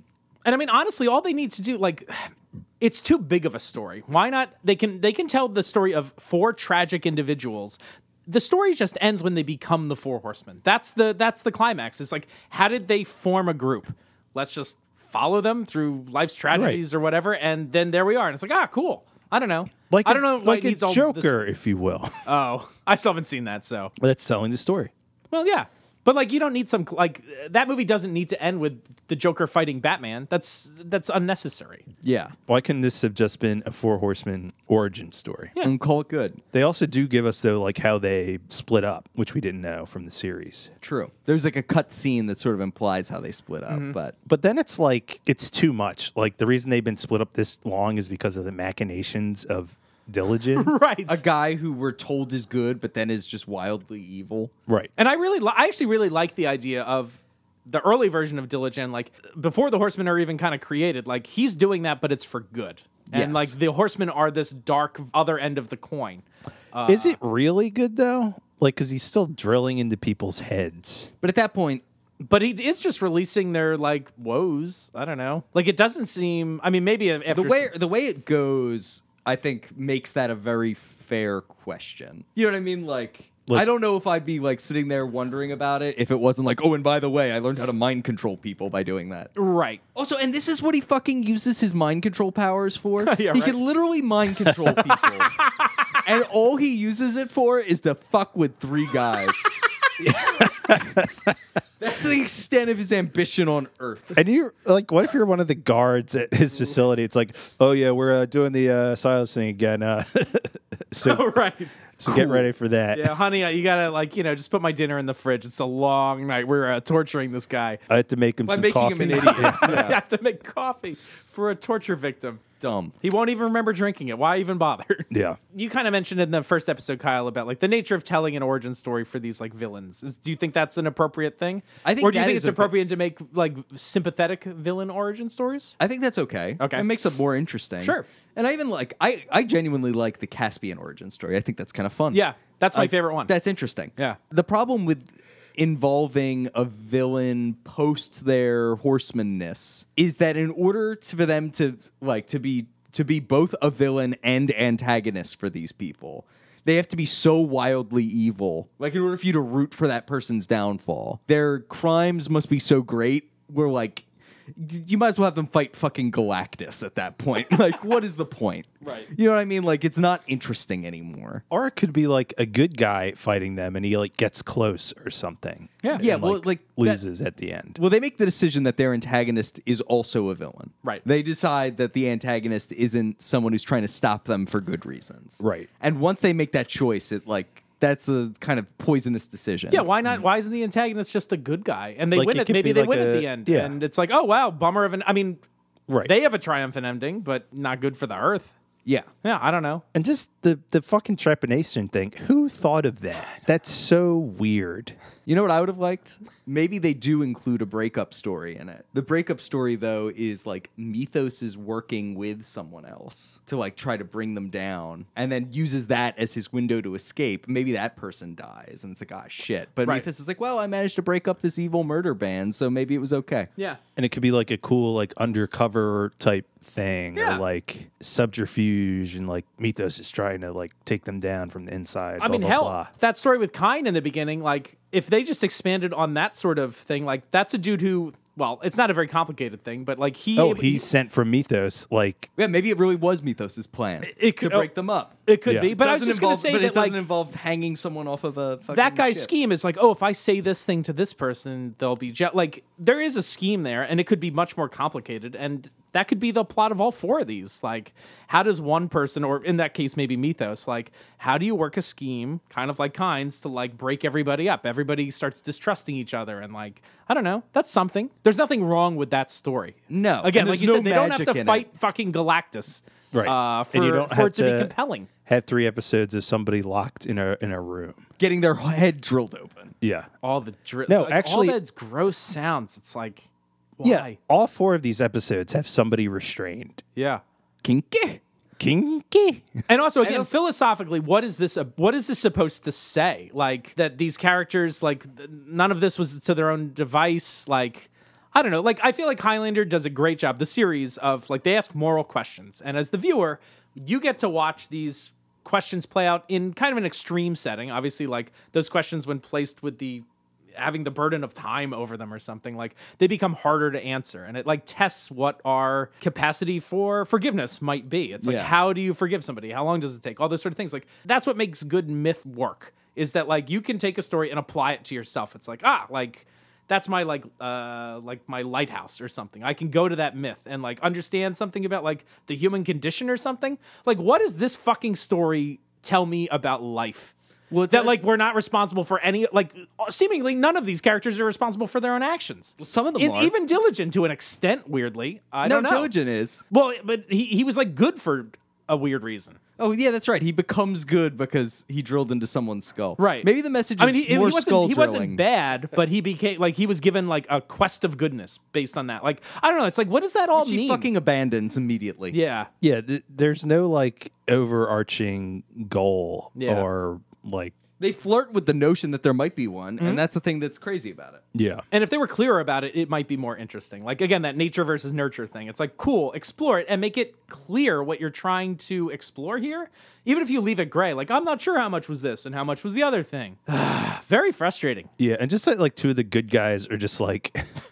Speaker 2: And I mean, honestly, all they need to do like *sighs* it's too big of a story. Why not? They can they can tell the story of four tragic individuals. The story just ends when they become the four horsemen. That's the that's the climax. It's like how did they form a group? Let's just follow them through life's tragedies or whatever, and then there we are. And it's like ah, cool. I don't know.
Speaker 4: like
Speaker 2: I
Speaker 4: a-
Speaker 2: don't know. why
Speaker 4: like
Speaker 2: it
Speaker 4: a
Speaker 2: needs all this-
Speaker 4: Joker, if you will.
Speaker 2: Oh, *laughs* I still haven't seen that. So
Speaker 4: That's telling the story.
Speaker 2: well, yeah. But like, you don't need some like uh, that movie doesn't need to end with the Joker fighting Batman. That's that's unnecessary.
Speaker 3: Yeah.
Speaker 4: Why couldn't this have just been a Four Horsemen origin story?
Speaker 3: And call it good.
Speaker 4: They also do give us though like how they split up, which we didn't know from the series.
Speaker 3: True. There's like a cut scene that sort of implies how they split up,
Speaker 4: Mm-hmm.
Speaker 3: but
Speaker 4: But then it's like it's too much. Like the reason they've been split up this long is because of the machinations of *laughs* Diligent.
Speaker 2: Right.
Speaker 3: a guy who we're told is good but then is just wildly evil.
Speaker 4: right.
Speaker 2: And I really, li- I actually really like the idea of the early version of Diligent, like before the Horsemen are even kind of created. Like he's doing that, but it's for good. And
Speaker 3: Yes.
Speaker 2: like the Horsemen are this dark other end of the coin.
Speaker 3: Uh,
Speaker 4: is it really good though? Like cuz he's still drilling into people's heads.
Speaker 3: But at that point,
Speaker 2: But he is just releasing their like woes. I don't know. Like it doesn't seem. I mean, maybe after
Speaker 3: the way the way it goes, I think makes that a very fair question. You know what I mean? Like,
Speaker 4: Like-
Speaker 3: I don't know if I'd be like sitting there wondering about it if it wasn't like, oh, and by the way, I learned how to mind control people by doing that.
Speaker 2: right.
Speaker 3: Also, and this is what he fucking uses his mind control powers for.
Speaker 2: Yeah,
Speaker 3: he
Speaker 2: right.
Speaker 3: can literally mind control people. and all he uses it for is to fuck with three guys. That's the extent of his ambition on earth.
Speaker 4: And you're like, what if you're one of the guards at *laughs* his facility? It's like, oh yeah, we're uh, doing the uh, Silas thing again. Uh, *laughs* so,
Speaker 2: Oh, right.
Speaker 4: so get ready for that.
Speaker 2: Yeah, honey, I- you gotta like you know just put my dinner in the fridge. It's a long night. We're uh, torturing this guy. *laughs*
Speaker 4: I had to make him
Speaker 3: By
Speaker 4: some
Speaker 3: making
Speaker 4: coffee.
Speaker 3: him an idiot.
Speaker 2: I have to make coffee for a torture victim.
Speaker 3: Dumb.
Speaker 2: He won't even remember drinking it. Why even bother? *laughs*
Speaker 4: yeah.
Speaker 2: You kind of mentioned in the first episode, Kyle, about like the nature of telling an origin story for these like villains. Is, do you think that's an appropriate thing?
Speaker 3: I think
Speaker 2: or do you
Speaker 3: that
Speaker 2: think
Speaker 3: is
Speaker 2: it's
Speaker 3: a-
Speaker 2: appropriate to make like sympathetic villain origin stories?
Speaker 3: I think that's okay.
Speaker 2: Okay.
Speaker 3: It makes it more interesting.
Speaker 2: Sure.
Speaker 3: And I even like I I genuinely like the Caspian origin story. I think that's kind of fun.
Speaker 2: Yeah, that's my
Speaker 3: Like,
Speaker 2: favorite one.
Speaker 3: That's interesting.
Speaker 2: Yeah.
Speaker 3: The problem with involving a villain post their horsemanness is that in order to, for them to like to be to be both a villain and antagonist for these people they have to be so wildly evil like in order for you to root for that person's downfall their crimes must be so great where like you might as well have them fight fucking Galactus at that point. *laughs* like, what is the point? Right. You know what I mean? Like, it's not interesting anymore.
Speaker 4: Or it could be like a good guy fighting them, and he like gets close or something.
Speaker 2: Yeah.
Speaker 3: Yeah,
Speaker 4: and,
Speaker 3: well,
Speaker 4: like,
Speaker 3: like that-
Speaker 4: loses at the end.
Speaker 3: Well, they make the decision that their antagonist is also a villain.
Speaker 2: Right.
Speaker 3: They decide that the antagonist isn't someone who's trying to stop them for good reasons.
Speaker 4: Right.
Speaker 3: And once they make that choice, it like that's a kind of poisonous decision.
Speaker 2: Yeah, why not? Why isn't the antagonist just a good guy? And they
Speaker 4: Like,
Speaker 2: win
Speaker 4: it
Speaker 2: Mm-hmm. it.
Speaker 4: could
Speaker 2: Maybe
Speaker 4: be
Speaker 2: they
Speaker 4: like
Speaker 2: win at
Speaker 4: a-
Speaker 2: the end.
Speaker 4: yeah.
Speaker 2: And it's like, oh wow, bummer of an. I mean,
Speaker 4: Right.
Speaker 2: they have a triumphant ending, but not good for the Earth.
Speaker 3: Yeah.
Speaker 2: Yeah, I don't know.
Speaker 4: and just the the fucking trepanation thing. Who thought of that? That's so weird.
Speaker 3: You know what I would have liked? Maybe they do include a breakup story in it. The breakup story though is like Mythos is working with someone else to like try to bring them down and then uses that as his window to escape. Maybe that person dies and it's like, ah shit. But
Speaker 2: Right.
Speaker 3: Mythos is like, well, I managed to break up this evil murder band, so maybe it was okay.
Speaker 2: Yeah.
Speaker 4: And it could be like a cool like undercover type thing
Speaker 2: Yeah.
Speaker 4: or like subterfuge and like Mythos is trying to like take them down from the inside.
Speaker 2: I
Speaker 4: blah,
Speaker 2: mean,
Speaker 4: blah,
Speaker 2: hell,
Speaker 4: blah.
Speaker 2: that story with Kine in the beginning, like, if they just expanded on that sort of thing, like, that's a dude who, well, it's not a very complicated thing, but like, he.
Speaker 4: Oh, he's sent from Mythos. Like
Speaker 3: Yeah, maybe it really was Mythos's plan
Speaker 2: it could- oh,
Speaker 3: to break them up.
Speaker 2: It could
Speaker 4: Yeah.
Speaker 2: be, but I was
Speaker 3: Doesn't
Speaker 2: just going
Speaker 3: involve-
Speaker 2: to say
Speaker 3: but
Speaker 2: that,
Speaker 3: it doesn't
Speaker 2: like,
Speaker 3: involve hanging someone off of a fucking
Speaker 2: that guy's
Speaker 3: ship.
Speaker 2: scheme is like, oh, if I say this thing to this person, they'll be je-. like, there is a scheme there, and it could be much more complicated, and that could be the plot of all four of these. Like, how does one person, or in that case, maybe Mythos, like, how do you work a scheme, kind of like Kynes, to like break everybody up? Everybody starts distrusting each other, and like, I don't know, that's something. There's nothing wrong with that story.
Speaker 3: No,
Speaker 2: again,
Speaker 3: and
Speaker 2: like
Speaker 3: there's
Speaker 2: you
Speaker 3: no
Speaker 2: said, they don't have
Speaker 3: magic in
Speaker 2: to
Speaker 3: it.
Speaker 2: fight fucking Galactus,
Speaker 4: right.
Speaker 2: Uh, for,
Speaker 4: and you don't
Speaker 2: for
Speaker 4: have
Speaker 2: it to, be compelling.
Speaker 4: Have three episodes of somebody locked in a in a room.
Speaker 3: getting their *laughs* head drilled open.
Speaker 4: Yeah.
Speaker 2: All the dri-
Speaker 4: No,
Speaker 2: like,
Speaker 4: actually-
Speaker 2: all those gross sounds. It's like.
Speaker 4: Yeah.
Speaker 2: why?
Speaker 4: All four of these episodes have somebody restrained.
Speaker 2: Yeah.
Speaker 3: Kinky.
Speaker 4: Kinky.
Speaker 2: And also, again, philosophically, what is this? What is this supposed to say? Like that these characters, like th- none of this was to their own device. Like I don't know. Like I feel like Highlander does a great job. The series of like they ask moral questions, and as the viewer, you get to watch these questions play out in kind of an extreme setting. Obviously, like those questions when placed with the having the burden of time over them or something like they become harder to answer and it like tests what our capacity for forgiveness might be it's like
Speaker 3: Yeah.
Speaker 2: how do you forgive somebody how long does it take all those sort of things like that's what makes good myth work is that like you can take a story and apply it to yourself it's like ah like that's my like uh like my lighthouse or something i can go to that myth and like understand something about like the human condition or something like what does this fucking story tell me about life
Speaker 3: Well, it
Speaker 2: that
Speaker 3: does-
Speaker 2: like we're not responsible for any like seemingly none of these characters are responsible for their own actions. Well,
Speaker 3: some of them are.
Speaker 2: even diligent to an extent. Weirdly, I
Speaker 3: no,
Speaker 2: don't know.
Speaker 3: Dojin is.
Speaker 2: Well, but he he was like good for a weird reason.
Speaker 3: Oh yeah, that's right. He becomes good because he drilled into someone's skull.
Speaker 2: Right.
Speaker 3: Maybe the message is
Speaker 2: I mean, he, he
Speaker 3: more skull
Speaker 2: wasn't, he
Speaker 3: drilling.
Speaker 2: wasn't
Speaker 3: *laughs*
Speaker 2: bad, but he became like he was given like a quest of goodness based on that. Like I don't know. It's like what does that all
Speaker 3: She
Speaker 2: mean?
Speaker 3: fucking abandons immediately.
Speaker 2: yeah.
Speaker 4: *laughs* Yeah, th- there's no like overarching goal
Speaker 2: Yeah.
Speaker 4: or like
Speaker 3: They flirt with the notion that there might be one,
Speaker 2: Mm-hmm.
Speaker 3: and that's the thing that's crazy about it.
Speaker 4: yeah.
Speaker 2: And if they were clearer about it, it might be more interesting. Like again, that nature versus nurture thing. It's like cool, explore it and make it clear what you're trying to explore here. Even if you leave it gray, like I'm not sure how much was this and how much was the other thing. *sighs* Very frustrating.
Speaker 4: Yeah, and just like, like two of the good guys are just like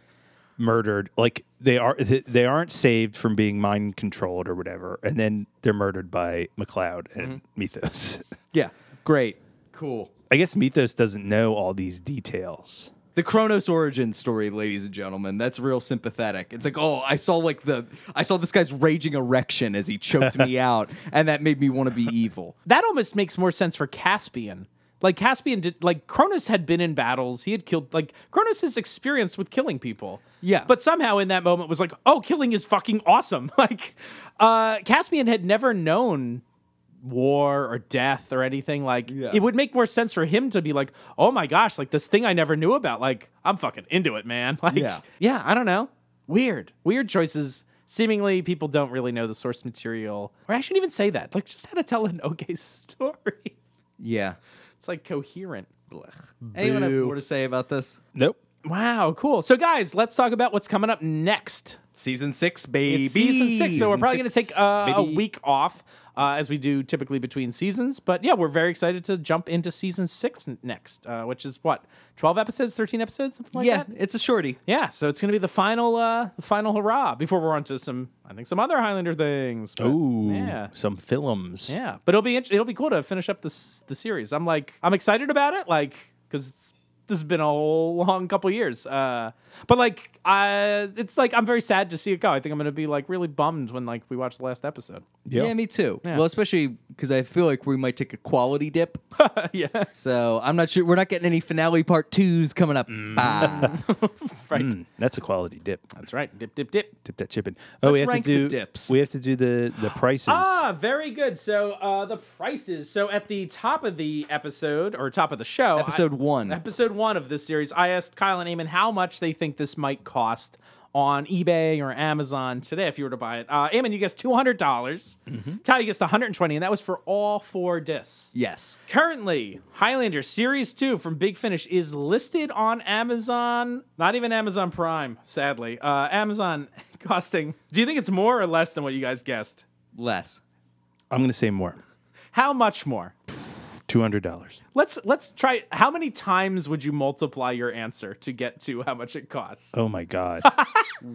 Speaker 4: *laughs* murdered. Like they are th- they aren't saved from being mind controlled or whatever, and then they're murdered by McLeod and Mythos. *laughs*
Speaker 3: Yeah. Great. Cool.
Speaker 4: I guess Mythos doesn't know all these details.
Speaker 3: The Kronos origin story, ladies and gentlemen, that's real sympathetic. It's like, oh, I saw like the I saw this guy's raging erection as he choked
Speaker 2: *laughs*
Speaker 3: me out, and that made me want to be evil.
Speaker 2: That almost makes more sense for Caspian. Like Caspian did like Cronus had been in battles. He had killed like Cronus is experienced with killing people.
Speaker 3: Yeah.
Speaker 2: But somehow in that moment was like, "Oh, killing is fucking awesome." *laughs* Like uh Caspian had never known war or death or anything like it would make more sense for him to be like oh my gosh like this thing i never knew about like i'm fucking into it man *laughs* like
Speaker 3: Yeah.
Speaker 2: yeah i don't know weird weird choices seemingly people don't really know the source material or i shouldn't even say that like just how to tell an *laughs* okay story
Speaker 3: Yeah.
Speaker 2: it's like coherent
Speaker 3: Anyone have more to say about this?
Speaker 4: Nope.
Speaker 2: wow cool so guys let's talk about what's coming up next
Speaker 3: Season six, baby.
Speaker 2: It's season six, so we're probably going to
Speaker 3: Season six,
Speaker 2: take uh, a
Speaker 3: baby.
Speaker 2: week off. uh, as we do typically between seasons. But yeah, we're very excited to jump into season six n- next, uh, which is what twelve episodes, thirteen episodes, something like
Speaker 3: yeah,
Speaker 2: that.
Speaker 3: it's a shorty.
Speaker 2: Yeah, so it's going to be the final, uh, the final hurrah before we're on to some, I think, some other Highlander things. but-
Speaker 4: Ooh,
Speaker 2: yeah.
Speaker 4: some films.
Speaker 2: Yeah, but it'll be int- it'll be cool to finish up this the series. I'm like I'm excited about it, like because this has been a whole long couple years. Uh, but like I, it's like I'm very sad to see it go. I think I'm gonna be like really bummed when like we watch the last episode.
Speaker 3: Yeah, me too. Well, especially because I feel like we might take a quality dip.
Speaker 2: *laughs* yeah,
Speaker 3: So I'm not sure. We're not getting any finale part twos coming up. Bye.
Speaker 2: right.
Speaker 4: Mm, that's a quality dip.
Speaker 2: That's right. Dip, dip, dip.
Speaker 4: Dip that chip in. Oh,
Speaker 3: Let's
Speaker 4: we have
Speaker 3: rank
Speaker 4: to
Speaker 3: the
Speaker 4: do
Speaker 3: dips.
Speaker 4: We have to do the
Speaker 2: *gasps*
Speaker 4: the prices.
Speaker 2: Ah, very good. So uh, the prices. So at the top of the episode or top of the show, I-
Speaker 3: Episode
Speaker 2: *laughs*
Speaker 3: one.
Speaker 2: episode one of this series, I asked Kyle and Eamon how much they think this might cost on eBay or Amazon today if you were to buy it. Uh, Eamon, you guessed two hundred dollars. Kyle, you guessed one hundred and twenty, and that was for all four discs.
Speaker 3: yes.
Speaker 2: Currently, Highlander Series 2 from Big Finish is listed on Amazon, not even Amazon Prime, sadly. Uh, Amazon *laughs* costing, do you think it's more or less than what you guys guessed?
Speaker 3: Less.
Speaker 4: I'm going to say more.
Speaker 2: How much more?
Speaker 4: Two hundred dollars.
Speaker 2: Let's let's try how many times would you multiply your answer to get to how much it costs?
Speaker 4: Oh
Speaker 2: *laughs*
Speaker 4: my god.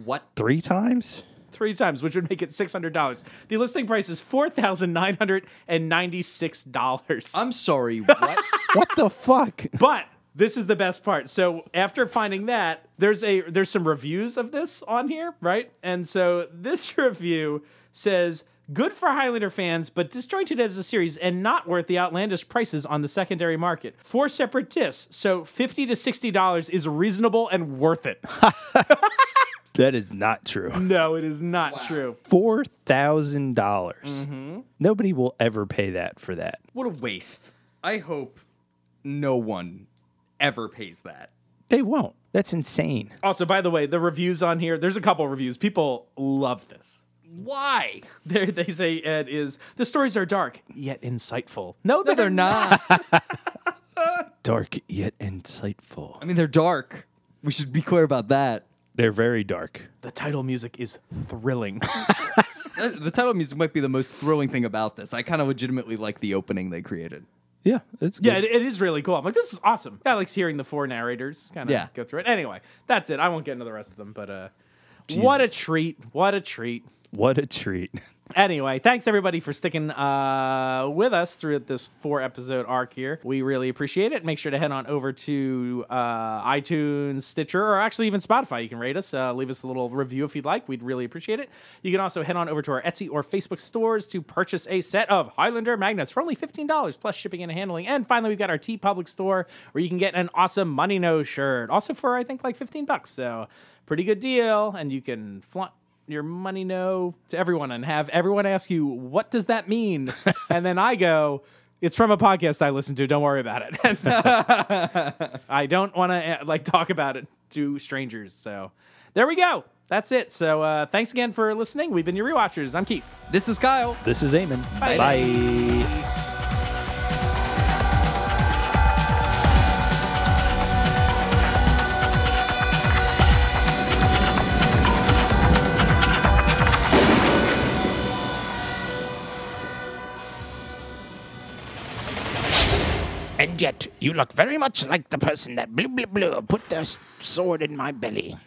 Speaker 3: What?
Speaker 4: Three times?
Speaker 2: Three times, which would make it six hundred dollars. The listing price is four thousand nine hundred and ninety-six dollars.
Speaker 3: I'm *laughs* sorry. What?
Speaker 4: What
Speaker 2: *laughs*
Speaker 4: the fuck?
Speaker 2: But this is the best part. So after finding that, there's a there's some reviews of this on here, right? And so this *laughs* review says good for Highlander fans, but disjointed as a series and not worth the outlandish prices on the secondary market. Four separate discs, so fifty to sixty dollars is reasonable and worth it. *laughs*
Speaker 4: That is not true.
Speaker 2: no, it is not true.
Speaker 4: Four dollars.
Speaker 2: Mm-hmm.
Speaker 4: Nobody will ever pay that for that.
Speaker 3: what a waste. I hope no one ever pays that.
Speaker 4: They won't. That's insane.
Speaker 2: Also, by the way, the reviews on here, there's a couple reviews. People love this. *laughs*
Speaker 3: Why?
Speaker 2: There they say Ed is the stories are dark yet insightful. No,
Speaker 3: No,
Speaker 2: they're,
Speaker 3: they're not.
Speaker 4: Dark yet insightful.
Speaker 3: I mean, they're dark. We should be clear about that.
Speaker 4: They're very dark.
Speaker 2: The title music is thrilling.
Speaker 3: Uh, The title music might be the most thrilling thing about this. I kind of legitimately like the opening they created.
Speaker 4: *laughs* Yeah, that's
Speaker 2: yeah,
Speaker 4: good.
Speaker 2: it, it is really cool. I'm like, this is awesome. I like hearing the four narrators kind of
Speaker 3: Yeah.
Speaker 2: go through it. Anyway, that's it. I won't get into the rest of them, but uh, what a treat! What a treat!
Speaker 4: What a treat.
Speaker 2: Anyway, thanks everybody for sticking uh, with us through this four episode arc here. We really appreciate it. Make sure to head on over to uh, iTunes, Stitcher, or actually even Spotify. You can rate us, uh, leave us a little review if you'd like. We'd really appreciate it. You can also head on over to our Etsy or Facebook stores to purchase a set of Highlander magnets for only $15 plus shipping and handling. And finally, we've got our T Public store where you can get an awesome Money No shirt, also for I think like 15 bucks. So, pretty good deal. And you can flaunt your money no to everyone and have everyone ask you what does that mean and then i go it's from a podcast i listen to don't worry about it *laughs* And i don't want to like talk about it to strangers so there we go that's it so uh, thanks again for listening we've been your rewatchers i'm keith
Speaker 3: This is Kyle.
Speaker 4: This is Eamon.
Speaker 2: Bye.
Speaker 4: Bye.
Speaker 5: And yet, you look very much like the person that blew, blew, blew, put their s- sword in my belly.